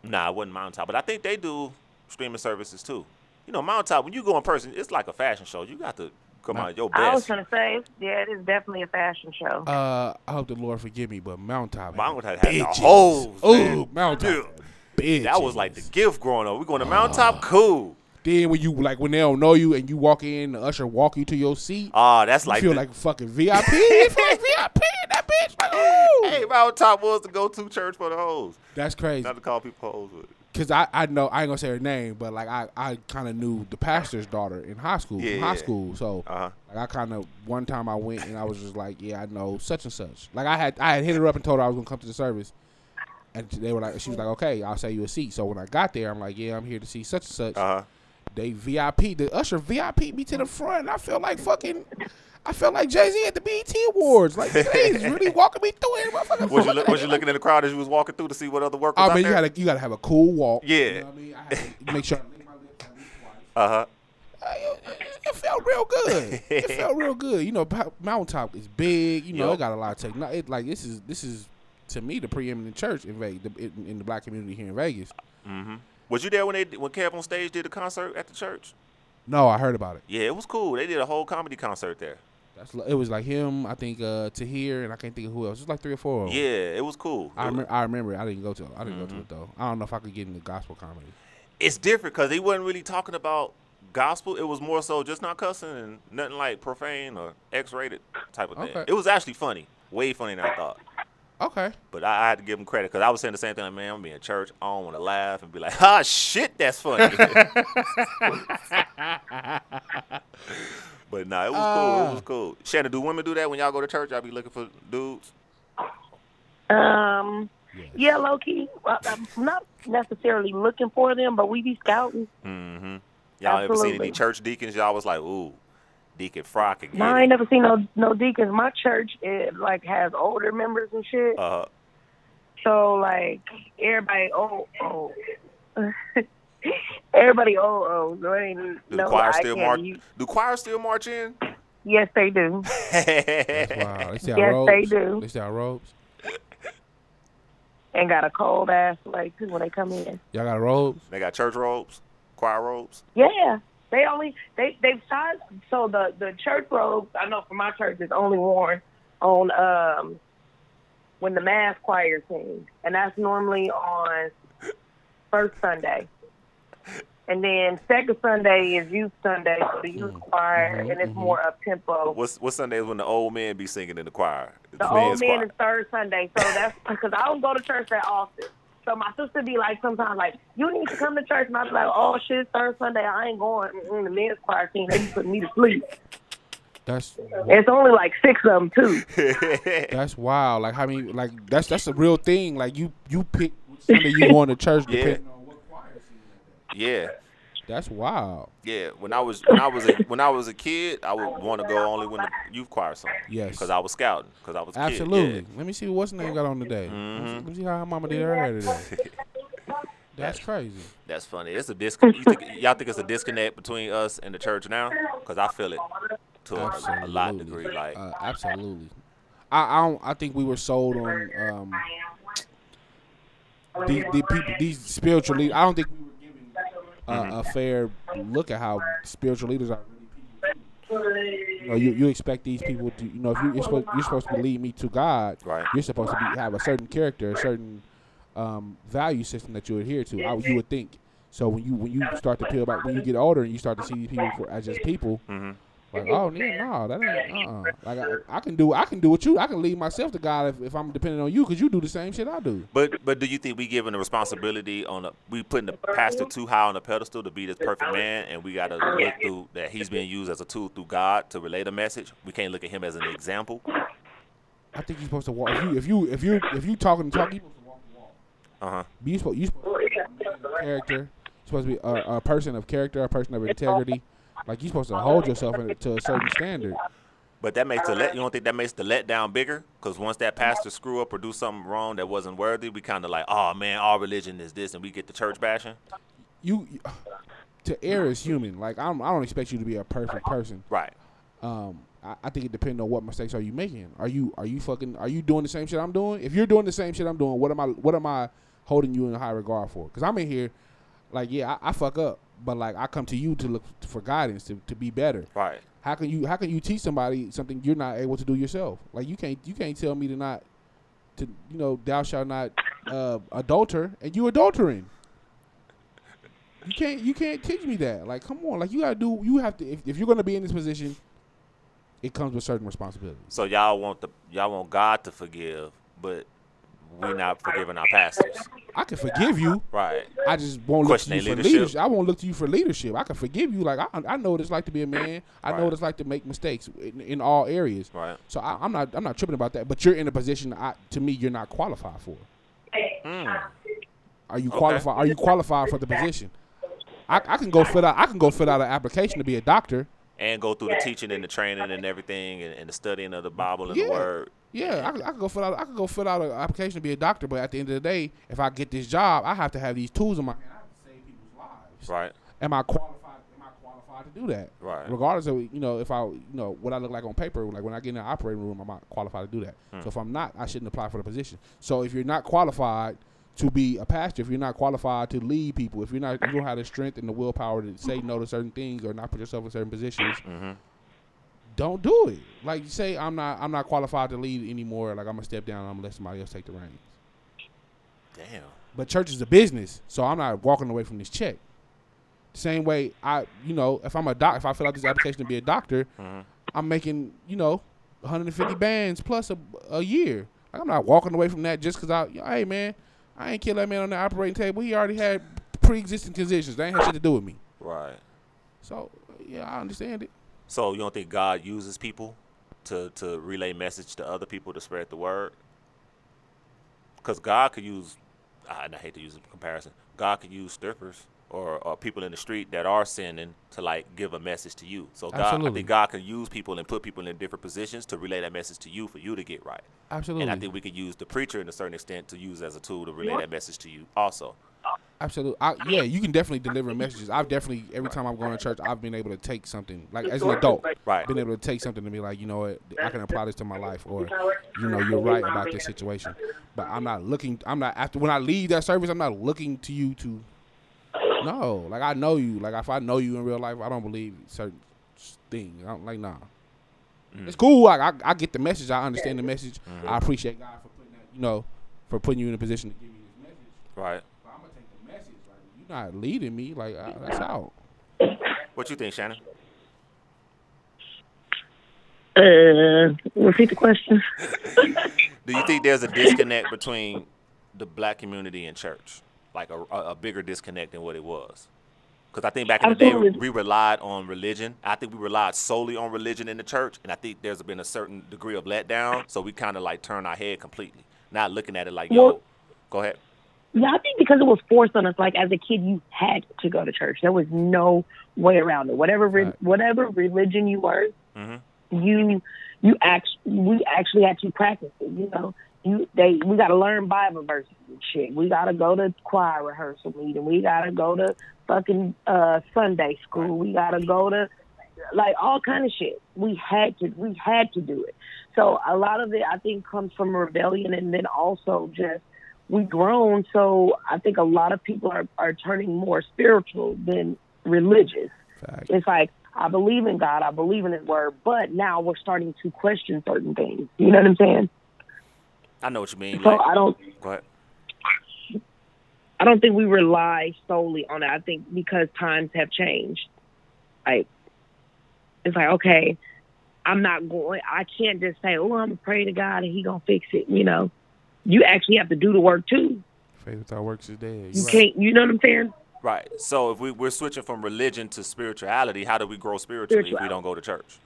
B: Nah, it wasn't Mountaintop, but I think they do streaming services too. You know, Mountaintop when you go in person, it's like a fashion show. You got to come out your
E: I was
B: best.
E: gonna say, yeah, it is definitely a fashion show.
A: Uh, I hope the Lord forgive me, but Mountaintop.
B: Mount Top
A: had
B: had the
A: bitches.
B: hoes,
A: Ooh,
B: man.
A: Mountaintop. had Bitches.
B: That was like the gift growing up. We going to
A: Ah.
B: Mountaintop, cool.
A: Then when you like when they don't know you and you walk in, the usher walk you to your seat.
B: Ah, that's
A: you
B: like
A: feel
B: the-
A: like fucking VIP. you feel like VIP in that bitch. Like, ooh.
B: Hey, Round Top was the go-to church for the hoes.
A: That's crazy.
B: Not to call people hoes, but
A: Cause I, I know I ain't gonna say her name, but like I, I kind of knew the pastor's daughter in high school,
B: Yeah,
A: from high
B: yeah.
A: school. So
B: Uh-huh.
A: like I kind of one time I went and I was just like, yeah, I know such and such. Like I had I had hit her up and told her I was gonna come to the service, and they were like, she was like, okay, I'll sell you a seat. So when I got there, I'm like, yeah, I'm here to see such and such.
B: uh-huh.
A: They VIP, the usher VIP me to the front. And I felt like fucking, I felt like Jay Z at the BET Awards. Like they is really walking me through it. motherfucker.
B: Was you look, was you looking in the crowd as you was walking through to see what other workers
A: I
B: out
A: mean, Ah, you
B: there?
A: gotta you gotta have a cool walk.
B: Yeah.
A: you know what I mean, I had to make sure. I lick my lips at least twice.
B: Uh-huh.
A: Uh, it- it- It felt real good. It felt real good. You know, Pou- Mountaintop is big. You know,
B: Yup.
A: it got a lot of technology. It, like this is this is to me the preeminent church in Vegas, the, in, in the black community here in Vegas.
B: Was you there when they when Kev on stage did a concert at the church?
A: No, I heard about it.
B: Yeah, it was cool. They did a whole comedy concert there.
A: That's li- it was like him. I think uh, Tahir and I can't think of who else. It was like three or four. Of them.
B: Yeah, Mm-hmm. it was cool.
A: Oh. I,
B: It-
A: remem- I remember. it. I didn't go to. it. I didn't go to it though. I don't know if I could get into gospel comedy.
B: it's different because they wasn't really talking about gospel. It was more so just not cussing and nothing like profane or X-rated type of thing.
A: Okay.
B: It was actually funny, way funnier than I thought.
A: Okay.
B: But I, I had to give them credit because I was saying the same thing. Like, man, I'm being in church. I don't want to laugh and be like, ah, shit, that's funny. but nah, it was cool. It
A: Ah.
B: was cool. Shannon, do women do that when y'all go to church? Y'all be looking for dudes?
C: Um, yeah, low key. Well, I'm not necessarily looking for them, but we be scouting.
B: Mm-hmm. Y'all ever seen any
C: Absolutely.
B: church deacons? Y'all was like, ooh, Deacon Fry could get
C: No, I ain't
B: it.
C: never seen no no deacons. My church it like has older members and shit.
B: Uh,
C: So like everybody oh oh everybody oh oh. So it ain't
B: do
C: no
B: the choir
C: I
B: still
C: can't
B: march?
C: use-
B: Do choir still march in?
C: Yes they do.
A: That's wild. They sell
C: Yes,
A: robes.
C: they do.
A: They sell robes.
C: And got a cold ass like too when they come in.
A: Y'all got robes.
B: They got church robes, choir robes.
C: Yeah. They only they they've signed so the the church robes I know for my church is only worn on um when the mass choir sings, and that's normally on first Sunday. And then second Sunday is youth Sunday for the youth choir, and it's more up tempo.
B: What's what Sunday is when the old men be singing in the choir? It's
C: The old
B: men's
C: man
B: choir.
C: is third Sunday, so that's because I don't go to church that often. So my sister be like sometimes like, you need to come to church, and I be like, oh shit, third Sunday I ain't going. Mm-mm, the men's choir team they be putting me to sleep.
A: That's
C: It's only like six of them too.
A: That's wild. Like how many? Like that's that's a real thing. Like you you pick Sunday you going to church.
B: Yeah.
A: Depending on what choir it's in.
B: yeah,
A: That's wild.
B: yeah. When I was when I was a, when I was a kid, I would want to go only when the youth choir sung.
A: Yes.
B: because I was scouting. Because I was a kid, yeah. Mm-hmm.
A: Absolutely. Let me see what's name got on today. Let, me see, let me see how her mama did earlier today. That's crazy.
B: That's funny. It's a disconnect. You think, y'all think it's a disconnect between us and the church now? Because I feel it to a- a lot
A: Absolutely.
B: degree. Like
A: uh, absolutely. I I, don't, I think we were sold on um the, the people these spiritual leaders. I don't think we were given
B: Mm-hmm.
A: uh, a fair look at how spiritual leaders are. really people. You, know, you you expect these people to you know if you, you're supposed you're supposed to lead me to God,
B: Right.
A: You're supposed to be, have a certain character, a certain um, value system that you adhere to. I, you would think so when you when you start to peel back when you get older and you start to see these people for, as just people,
B: Mm-hmm.
A: like oh yeah, no, that ain't uh-uh. like I, I can do I can do what you I can lead myself to God if, if I'm depending on you because you do the same shit I do.
B: But but do you think we giving the responsibility on a we putting the pastor too high on the pedestal to be this perfect man, and we gotta look through that he's being used as a tool through God to relay the message. We can't look at him as an example. Uh
A: I think you're supposed to walk. If you if you if you if you talking to talk, you supposed to walk the walk.
B: huh.
A: You supposed you supposed to be a man of character. You're supposed to be a, a person of character, a person of integrity. Like you're supposed to hold yourself in, to a certain standard.
B: But that makes the let you don't think that makes the letdown bigger? Because once that pastor screw up or do something wrong that wasn't worthy, we kind of like, oh man, our religion is this, and we get the church bashing.
A: You to err is human. Like I'm, I don't expect you to be a perfect person.
B: Right.
A: um, I, I think it depends on what mistakes are you making. Are you are you fucking are you doing the same shit I'm doing? If you're doing the same shit I'm doing, what am I what am I holding you in high regard for? Because I'm in here, like yeah, I, I fuck up, but like I come to you to look for guidance to, to be better.
B: Right.
A: How can you how can you teach somebody something you're not able to do yourself? Like you can't you can't tell me to not to you know thou shalt not uh, adulter and you adultering. You can't you can't teach me that. Like come on, like you gotta do you have to if, if you're gonna be in this position, it comes with certain responsibilities.
B: So y'all want the y'all want God to forgive, but we're not forgiving our pastors,
A: I can forgive you.
B: right?
A: I just won't look to
B: Question
A: you
B: their
A: for
B: leadership.
A: leadership. I won't look to you for leadership. I can forgive you. Like I, I know what it's like to be a man. I know
B: Right.
A: what it's like to make mistakes in, in all areas.
B: Right.
A: So I, I'm not I'm not tripping about that. But you're in a position I, to me you're not qualified for.
B: Hmm.
A: Are you qualified? Are you qualified for the position? I, I can go fill out. I can go fill out an application to be a doctor.
B: And go through the teaching and the training and everything and, and the studying of the Bible and
A: Yeah.
B: the Word.
A: Yeah, I, could- I could go fill out. I could go fill out an application to be a doctor. But at the end of the day, if I get this job, I have to have these tools in my hand. I have to save people's lives.
B: Right.
A: Am I qualified? Am I qualified to do that?
B: Right.
A: Regardless of you know if I you know what I look like on paper, like when I get in the operating room, I'm not qualified to do that. So if I'm not, I shouldn't apply for the position. So if you're not qualified to be a pastor, if you're not qualified to lead people, if you're not you don't have the strength and the willpower to say no to certain things or not put yourself in certain positions, don't do it. Like you say, I'm not I'm not qualified to lead anymore. Like I'm gonna step down. I'm gonna let somebody else take the reins.
B: Damn.
A: But church is a business, so I'm not walking away from this check. Same way I, you know, if I'm a doc, if I fill out this application to be a doctor,
B: Mm-hmm.
A: I'm making, you know, 150 bands plus a, a year. Like, I'm not walking away from that just because I, you know, hey man, I ain't kill that man on the operating table. He already had pre-existing conditions. They ain't had shit to do with me.
B: Right.
A: So yeah, I understand it.
B: So you don't think God uses people to to relay message to other people to spread the word? Because God could use, I and I hate to use a comparison. God could use strippers or, or people in the street that are sinning to like give a message to you. So God, I
A: Absolutely.
B: think God can use people and put people in different positions to relay that message to you for you to get right.
A: Absolutely.
B: And I think we could use the preacher in a certain extent to use as a tool to relay that message to you also.
A: Absolutely. I, yeah, you can definitely deliver messages. I've definitely every time I'm going to church, I've been able to take something like as an adult,
B: Right.
A: Been able to take something to be like, you know what, I can apply this to my life, or you know, you're right about this situation. But I'm not looking. I'm not after when I leave that service, I'm not looking to you to. No, like I know you. Like if I know you in real life, I don't believe certain s- things. I'm like, nah.
B: Mm.
A: It's cool. I, I I get the message. I understand the message.
B: Mm-hmm.
A: I appreciate God for putting that. You know, for putting you in a position to give me this message.
B: Right.
A: But I'm gonna take the message. Like you're not leading me. Like I, that's out.
B: What you think, Shannon?
C: Uh, repeat the question.
B: Do you think there's a disconnect between the black community and church, like a, a, a bigger disconnect than what it was? Because I think back in the day,
C: Absolutely.
B: we relied on religion. I think we relied solely on religion in the church, and I think there's been a certain degree of letdown. So we kind of like turn our head completely, not looking at it like, yo,
C: Well-
B: go ahead.
C: Yeah, I think because it was forced on us. Like as a kid, you had to go to church. There was no way around it. Whatever, re-
A: Right.
C: whatever religion you were,
B: Mhm.
C: you you act we actually had to practice it. You know, you they we got to learn Bible verses and shit. We got to go to choir rehearsal meeting. We got to go to fucking uh, Sunday school. We got to go to like all kind of shit. We had to we had to do it. So a lot of it I think comes from rebellion and then also just we grown so I think a lot of people are, are turning more spiritual than religious.
A: Fact.
C: It's like I believe in God, I believe in his word, but now we're starting to question certain things. You know what I'm saying?
B: I know what you mean.
C: So
B: like-
C: I don't
B: go ahead.
C: I don't think we rely solely on it. I think because times have changed, like it's like okay, I'm not going. I can't just say, "Oh, I'm gonna pray to God and He gonna fix it." You know, you actually have to do the work too.
A: Faith without works is dead.
C: You can't. You know what I'm saying?
B: Right. So if we, we're switching from religion to spirituality, how do we grow spiritually if we
C: Spirituality.
B: don't go to church?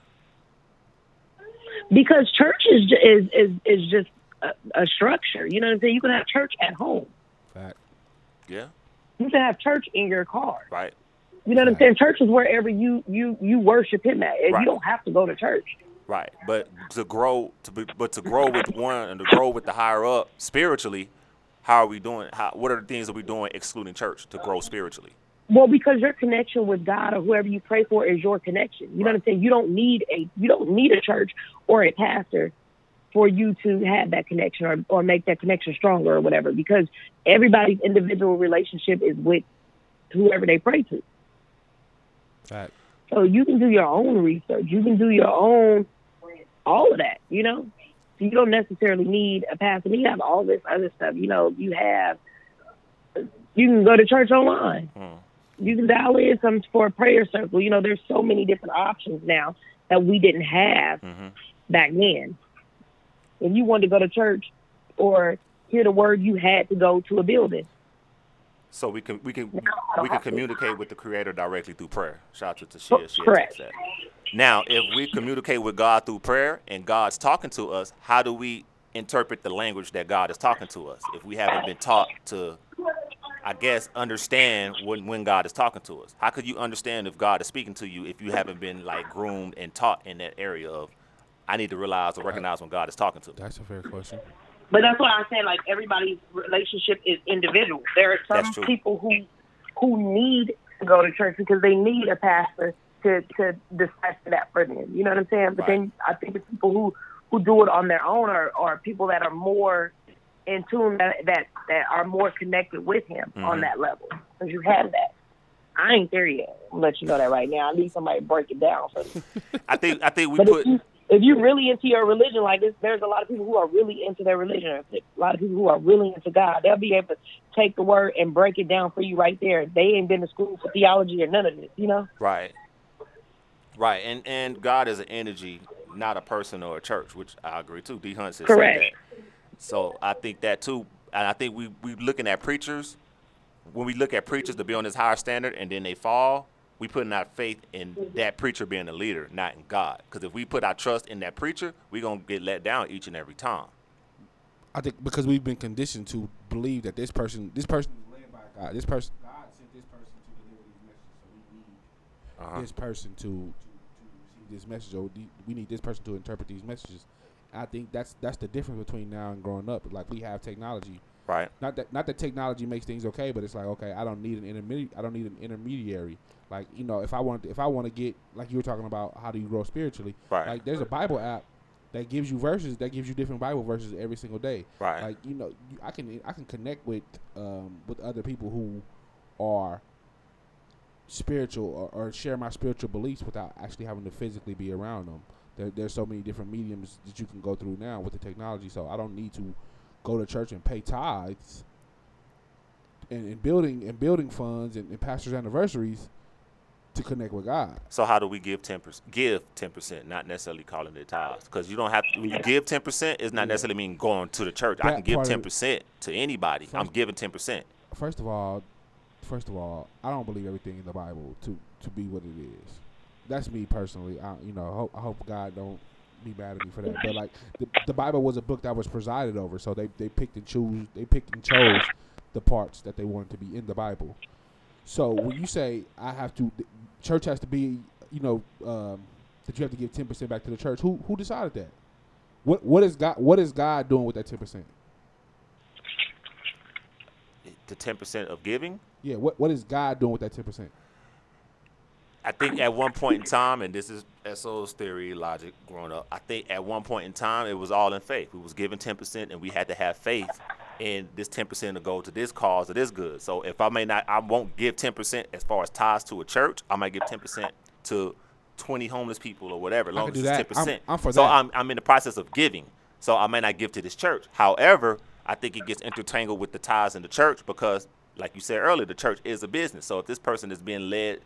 C: Because church is ju- is is is just a, a structure. You know what I'm saying? You can have church at home.
A: Fact.
B: Yeah.
C: You can have church in your car.
B: Right.
C: You know what I'm saying? Church is wherever you you you worship Him at.
B: Right.
C: You don't have to go to church.
B: Right, but to grow, to be, but to grow with one and to grow with the higher up spiritually, how are we doing? How, what are the things that we doing excluding church to grow spiritually?
C: Well, because your connection with God or whoever you pray for is your connection. You know what I'm saying? You don't need a you don't need a church or a pastor for you to have that connection or, or make that connection stronger or whatever because everybody's individual relationship is with whoever they pray to.
A: Fact.
C: So you can do your own research. You can do your own all of that, you know? So you don't necessarily need a pastor. You have all this other stuff. You know, you have you can go to church online.
B: Hmm.
C: You can dial in some for a prayer circle. You know, there's so many different options now that we didn't have
B: Mhm.
C: back then. If you wanted to go to church or hear the word, you had to go to a building.
B: So we can we can
C: don't
B: we can
C: have to.
B: communicate with the Creator directly through prayer. Shout out to Shia. Shia
C: Correct.
B: text that. Now, if we communicate with God through prayer and God's talking to us, how do we interpret the language that God is talking to us? If we haven't been taught to, I guess, understand when when God is talking to us, how could you understand if God is speaking to you if you haven't been like groomed and taught in that area of? I need to realize or recognize when God is talking to me.
A: That's a fair question.
E: But that's what I'm saying. Like everybody's relationship is individual.
C: There are
B: That's true.
E: Some people who who need to go to church because they need a pastor to to decipher that for them. You know what I'm saying? But
B: Right.
E: then I think it's people who who do it on their own are are people that are more in tune that that, that are more connected with him
B: Mhm.
E: on that level because you have that. I ain't there yet. I'm gonna let you know that right now. I need somebody to break it down for me.
B: I think I think we
E: But
B: put
E: if you if you really into your religion, like this, there's a lot of people who are really into their religion. A lot of people who are really into God, they'll be able to take the word and break it down for you right there. They ain't been to school for theology or none of this, you know.
B: Right. Right. And and God is an energy, not a person or a church, which I agree too. D Hunt said
C: Correct.
B: that. So I think that too and I think we we looking at preachers, when we look at preachers to be on this higher standard and then they fall, we putting our faith in that preacher being the leader, not in God. Because if we put our trust in that preacher, we gonna get let down each and every time.
A: I think because we've been conditioned to believe that this person, this person is led by God. This person, God sent this person to deliver these messages. So we need
B: Uh-huh.
A: this person to, to, to receive this message, or the- we need this person to interpret these messages. I think that's that's the difference between now and growing up. Like we have technology.
B: Right.
A: Not that not that technology makes things okay, but it's like okay, I don't need an intermediary. I don't need an intermediary. Like you know, if I want if I want to get like you were talking about, how do you grow spiritually?
B: Right.
A: Like there's a Bible app that gives you verses that gives you different Bible verses every single day.
B: Right.
A: Like you know, you- I can I can connect with um with other people who are spiritual or, or share my spiritual beliefs without actually having to physically be around them. There, there's so many different mediums that you can go through now with the technology, so I don't need to go to church and pay tithes and, and building and building funds and, and pastors' anniversaries to connect with God.
B: So how do we give ten percent? Give ten percent, not necessarily calling it tithes, because you don't have to. When you give ten percent, it's not necessarily mean going to the church. I
A: That
B: can give
A: part of it-
B: ten percent to anybody. I'm giving ten percent.
A: First of all, first of all, I don't believe everything in the Bible to to be what it is. That's me personally. I you know I hope, I hope God don't be mad at me for that. But like the, the Bible was a book that was presided over, so they they picked and choose they picked and chose the parts that they wanted to be in the Bible. So when you say I have to, the church has to be you know um, that you have to give ten percent back to the church. Who who decided that? What what is God what is God doing with that ten percent?
B: The ten percent of giving.
A: Yeah, what what is God doing with that ten percent?
B: I think at one point in time, and this is SO's theory logic growing up. I think at one point in time, it was all in faith. We was given ten percent, and we had to have faith in this ten percent to go to this cause or this good. So if I may not, I won't give ten percent as far as tithes to a church. I might give ten percent to twenty homeless people or whatever. As long
A: could
B: as
A: do
B: it's ten
A: that. I'm-
B: percent,
A: I'm for
B: so
A: that.
B: I'm I'm in the process of giving. So I may not give to this church. However, I think it gets intertangled with the ties in the church because, like you said earlier, the church is a business. So if this person is being led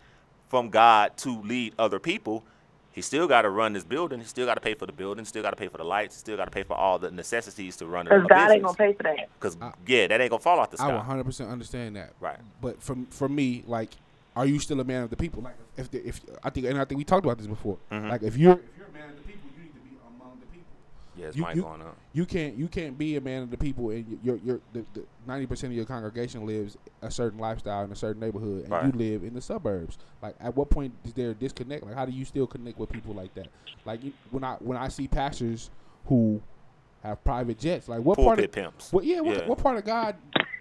B: from God to lead other people, he still got to run this building. He still got to pay for the building. Still got to pay for the lights. Still got to pay for all the necessities to run a, a
E: Because God ain't
B: business.
E: gonna pay for that.
B: Because yeah, that ain't gonna fall off the
A: I
B: sky.
A: 100 percent understand that.
B: Right.
A: But from for me, like, are you still a man of the people? Like, if the, if I think and I think we talked about this before.
B: Mm-hmm.
A: Like, if you're if you're a man of the people, you need to be among the people.
B: yeah, it's
A: You,
B: mic
A: you,
B: going up.
A: you can't you can't be a man of the people and y- your your the ninety percent of your congregation lives a certain lifestyle in a certain neighborhood and
B: Right.
A: you live in the suburbs. Like at what point is there a disconnect? Like how do you still connect with people like that? Like you, when I when I see pastors who have private jets, like what part
B: Pulpit
A: of
B: pimps.
A: what, yeah, what,
B: Yeah.
A: what part of God?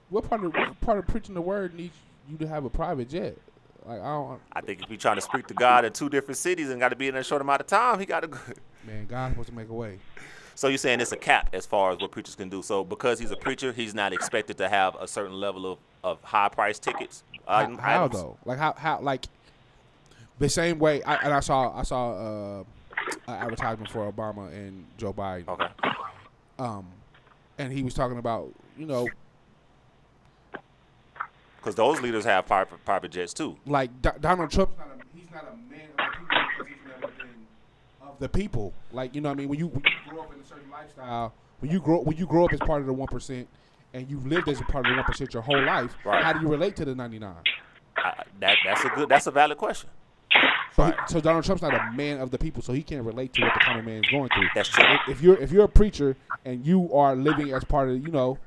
A: What part of what part of preaching the word needs you to have a private jet? Like I don't,
B: I think if you trying to speak to God in two different cities and got to be in a short amount of time, he got to. go
A: man, God's supposed to make a way.
B: So you're saying it's a cap as far as what preachers can do. So because he's a preacher, he's not expected to have a certain level of, of high price tickets. Uh,
A: How,
B: item-
A: how
B: items.
A: though? Like how how like the same way? I, and I saw I saw uh, an advertisement for Obama and Joe Biden.
B: Okay.
A: Um, and he was talking about you know
B: Because those leaders have private, private jets too.
A: like Do- Donald Trump's not a, he's not a man of the people because he's never been the people. Like you know, what I mean, when you, when you grow up in a certain lifestyle, when you grow when you grow up as part of the one percent, and you've lived as a part of the one percent your whole life,
B: Right.
A: how do you relate to the ninety nine?
B: I, that that's a good that's a valid question.
A: So, he- so Donald Trump's not a man of the people, so he can't relate to what the common man is going through.
B: That's true.
A: If- If you're if you're a preacher and you are living as part of you know,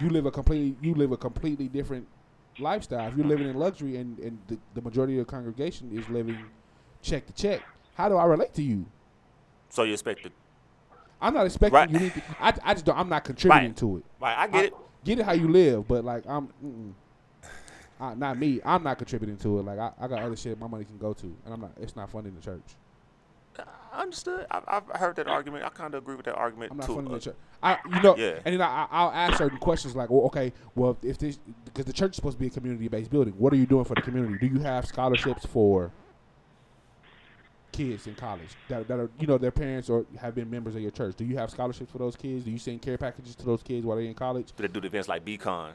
A: you live a completely you live a completely different lifestyle. If you're living in luxury and and the, the majority of the congregation is living check to check, how do I relate to you?
B: So you expect the
A: I'm not expecting
B: Right.
A: you need. To, I I just don't. I'm not contributing
B: Right.
A: to it.
B: right? I get
A: I-
B: it.
A: Get it how you live, but like I'm. Mm-mm. Uh, not me. I'm not contributing to it. Like I, I got other shit my money can go to, and I'm not. It's not funding the church.
B: I understood. I've, I've heard that argument. I kind of agree with that argument
A: I'm not
B: too.
A: funding
B: Uh,
A: the church. I, you know,
B: Yeah.
A: and then I, I- I'll ask certain questions like, well, okay, well, if this, because the church is supposed to be a community-based building, what are you doing for the community? Do you have scholarships for kids in college that, that are, you know, their parents or have been members of your church? Do you have scholarships for those kids? Do you send care packages to those kids while they're in college?
B: They do the events like BCon.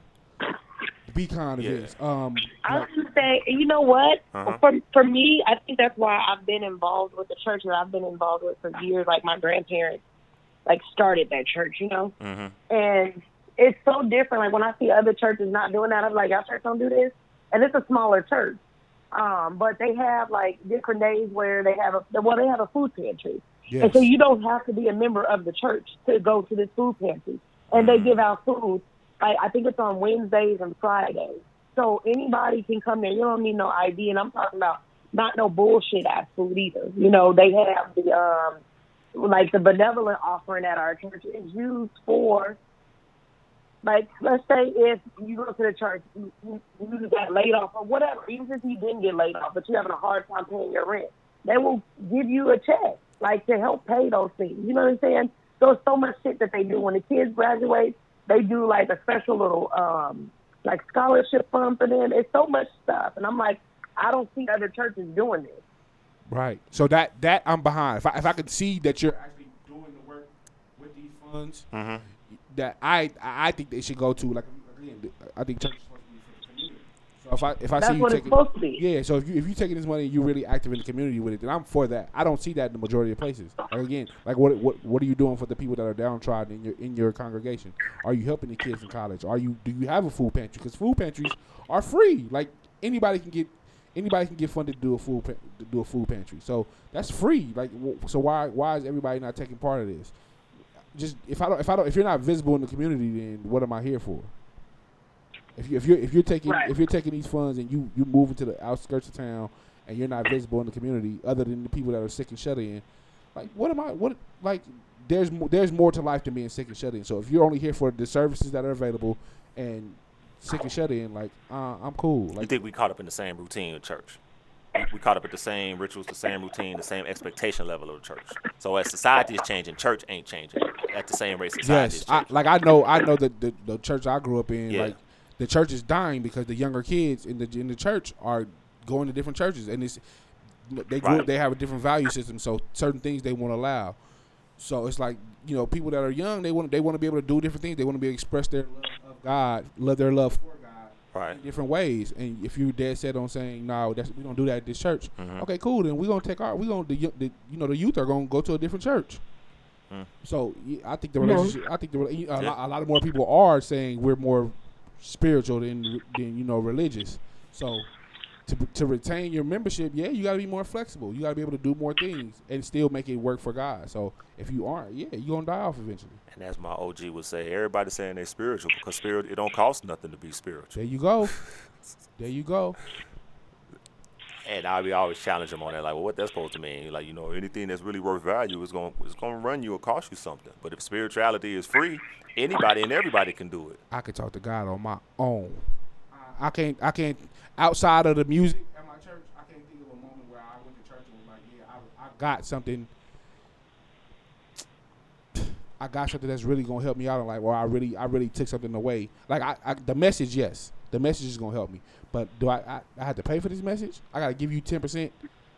A: BCon
B: Yeah.
A: events. Um,
C: I
A: like-
C: was gonna say, you know what?
B: Uh-huh.
C: For for me, I think that's why I've been involved with the church that I've been involved with for years. Like my grandparents, like started that church, you know.
B: Mm-hmm.
C: And it's so different. Like when I see other churches not doing that, I'm like, y'all church don't do this. And it's a smaller church, um, but they have like different days where they have a well, they have a food pantry.
A: yes.
C: And so you don't have to be a member of the church to go to this food pantry. And they give out food. Like I think it's on Wednesdays and Fridays. So anybody can come there. You don't need no ID. And I'm talking about not no bullshit ass food either. You know, they have the um like the benevolent offering at our church is used for like let's say if you go to the church, you, you you just got laid off or whatever, even if you didn't get laid off, but you're having a hard time paying your rent, they will give you a check like to help pay those things. You know what I'm saying? There's so much shit that they do when the kids graduate. They do like a special little um like scholarship fund for them. It's so much stuff, and I'm like, I don't see other churches doing this.
A: Right. So that that I'm behind. If I if I could see that you're actually doing the work with these funds,
B: Mhm.
A: that I I think they should go to like again. I think church is supposed to be for the community. So if I if I
C: That's
A: see you
C: what it's
A: taking
C: supposed to be.
A: yeah, so if you if you taking this money and you're really active in the community with it, then I'm for that. I don't see that in the majority of places. Like again, like what what what are you doing for the people that are downtrodden in your in your congregation? Are you helping the kids in college? Are you do you have a food pantry? Because food pantries are free. Like anybody can get anybody can get funded to do a food pa- to do a food pantry. So that's free. Like w- so why why is everybody not taking part of this? Just if I don't if I don't if you're not visible in the community, then what am I here for? If you if you're if you're taking
C: Right.
A: if you're taking these funds and you you move into the outskirts of town and you're not visible in the community other than the people that are sick and shut in, like what am I what like there's mo- there's more to life than being sick and shut in. So if you're only here for the services that are available and sick and shut in, like uh, I'm cool.
B: You
A: Like
B: think we caught up in the same routine of church? We- We caught up at the same rituals, the same routine, the same expectation level of the church. So as society is changing, church ain't changing at the same rate. Society
A: yes,
B: is
A: I,
B: changing.
A: like I know I know that the, the church I grew up in
B: Yeah.
A: like the church is dying because the younger kids in the in the church are going to different churches and it's they grew,
B: Right.
A: they have a different value system so certain things they won't allow so it's like you know people that are young they want they want to be able to do different things they want to be express their love of God love their love for God
B: right.
A: in different ways. And if you dead set on saying no, that's we don't do that at this church. Okay, cool. Then we gonna take our we gonna the, yo- the you know the youth are gonna go to a different church. So yeah, I think the relationship. I think the rela- a, lot, a lot of more people are saying we're more spiritual than than you know religious. So to to retain your membership, yeah, you got to be more flexible. You got to be able to do more things and still make it work for God. So if you aren't, yeah, you are gonna die off eventually.
B: And as my OG would say, everybody's saying they're spiritual because spirit it don't cost nothing to be spiritual.
A: There you go. there you go.
B: And I be always challenge them on that, like, well, what that's supposed to mean? Like, you know, anything that's really worth value is going it's going to run you or cost you something. But if spirituality is free, anybody and everybody can do it.
A: I can talk to God on my own. I can't. I can't. Outside of the music at my church, I can't think of a moment where I went to church and was like, "Yeah, I, I got something. I got something that's really gonna help me out." And like, well, I really, I really took something away. Like, I, I the message, yes, the message is gonna help me. But do I, I, I had to pay for this message? I gotta give you ten percent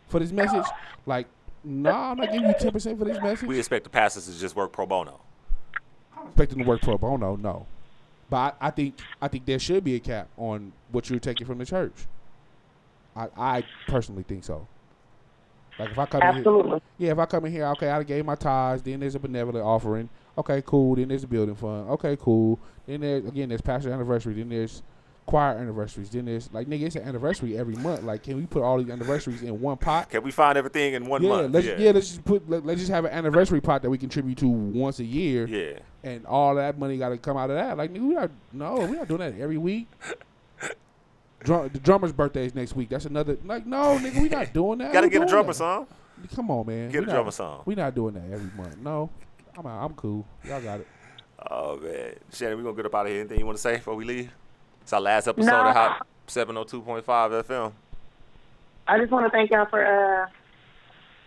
A: for this message? Like, nah, I'm not giving you ten percent for this message.
B: We expect the pastors to just work pro bono.
A: I'm expecting to work pro bono, no. But I, I think I think there should be a cap on what you're taking from the church. I, I personally think so. Like if I come in
E: Absolutely.
A: here, yeah, if I come in here, okay, I gave my tithes. Then there's a benevolent offering. Okay, cool. Then there's a building fund. Okay, cool. Then there's again there's pastor anniversary. Then there's choir anniversaries. Then there's like nigga, it's an anniversary every month. Like, can we put all these anniversaries in one pot?
B: Can we find everything in one
A: yeah,
B: month?
A: let's yeah. let's just put let, let's just have an anniversary pot that we contribute to once a year,
B: yeah.
A: and all that money got to come out of that. Like nigga, we not no, we not doing that every week. Drum, the drummer's birthday is next week. That's another like no nigga, we not doing that.
B: Gotta
A: We
B: get a
A: doing
B: drummer
A: that.
B: song.
A: Come on, man.
B: Get
A: We
B: a
A: not-
B: drummer song.
A: We not doing that every month. No, I'm out. I'm cool. Y'all got it.
B: Oh man, Shannon, we gonna get up out of here. Anything you want to say before we leave? It's our last episode
E: No.
B: of Hot 702.5 FM.
E: I just want to thank y'all for uh,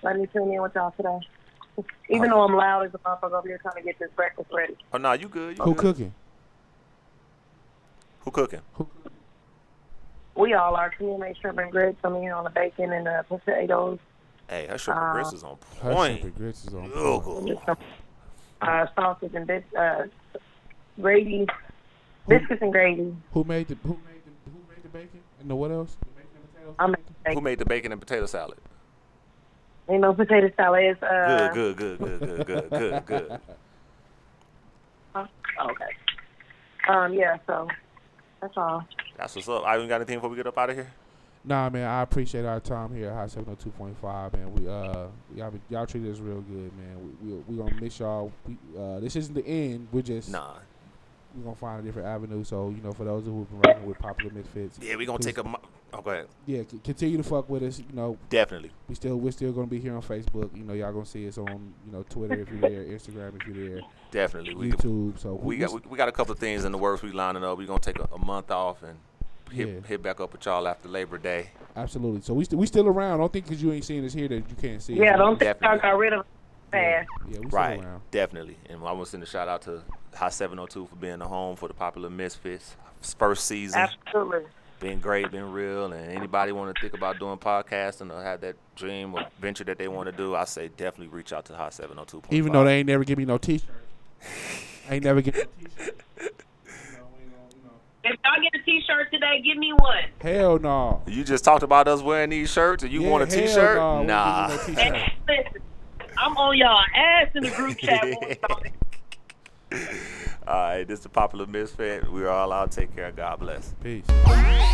E: letting me tune in with y'all today. Even though I'm loud as a motherfucker over here trying to get this breakfast ready.
B: Oh no, you good? You
A: Who
B: good.
A: cooking?
B: Who cooking?
A: Who?
E: We all are TMA shrimp and grits. I mean, on the bacon and the potatoes.
B: Hey, her shrimp and
E: Uh,
B: grits is on
A: Her
B: point.
A: shrimp and grits is on. point.
B: Ugh.
E: Just some uh, sausage and bis- uh, gravy, biscuits and gravy.
A: Who made the Who made the Who made the bacon? And the what else? Who made the potatoes?
E: I'm
B: Who made the bacon and potato salad?
E: you know potato salad is uh,
B: Good, good, good, good, good, good, good, good.
E: oh, okay. Um, yeah, so that's all.
B: That's what's up. I even got anything before we get up out of here.
A: Nah, man, I appreciate our time here at Hot 702.5, man. We uh, y'all be, y'all treated us real good, man. We we, we gonna miss y'all. We, uh, this isn't the end. We're just
B: Nah.
A: we gonna find a different avenue. So you know, for those who've been rocking with Popular Misfits,
B: Yeah, we gonna
A: Please.
B: take a. mo- Oh, go ahead.
A: yeah, c- continue to fuck with us. You know,
B: Definitely.
A: we still we're still gonna be here on Facebook. You know, y'all gonna see us on you know Twitter if you're there, Instagram if you're there,
B: Definitely. We,
A: YouTube. So
B: we got we, we got a couple of things in the works. We lining up. We gonna take a, a month off and hit,
A: Yeah.
B: hit back up with y'all after Labor Day.
A: absolutely. So we st- we still around. Don't think because you ain't seeing us here that you can't see.
E: Yeah,
A: us.
E: don't think y'all
B: Definitely.
E: got rid of it
A: yeah,
E: fast.
A: yeah, we still
B: Right,
A: around.
B: definitely. And I want to send a shout out to High 702 for being the home for the popular Misfits. First season,
E: Absolutely.
B: been great, been real. And anybody want to think about doing podcasting or have that dream or venture that they want to do, I say definitely reach out to oh High 702.
A: Even though they ain't never give me no t-shirt. ain't never give me no t-shirt.
C: If y'all get a T-shirt today, give me one.
A: Hell no.
B: you just talked about us wearing these shirts and you
A: Yeah,
B: want a
A: hell
B: T-shirt?
A: no, we
B: nah.
A: didn't get no
C: And
A: t-shirt.
C: listen, I'm on y'all ass in the group chat. boys.
B: all right, this is the popular Misfit. We're all out. Take care. God bless.
A: Peace.
F: Bye.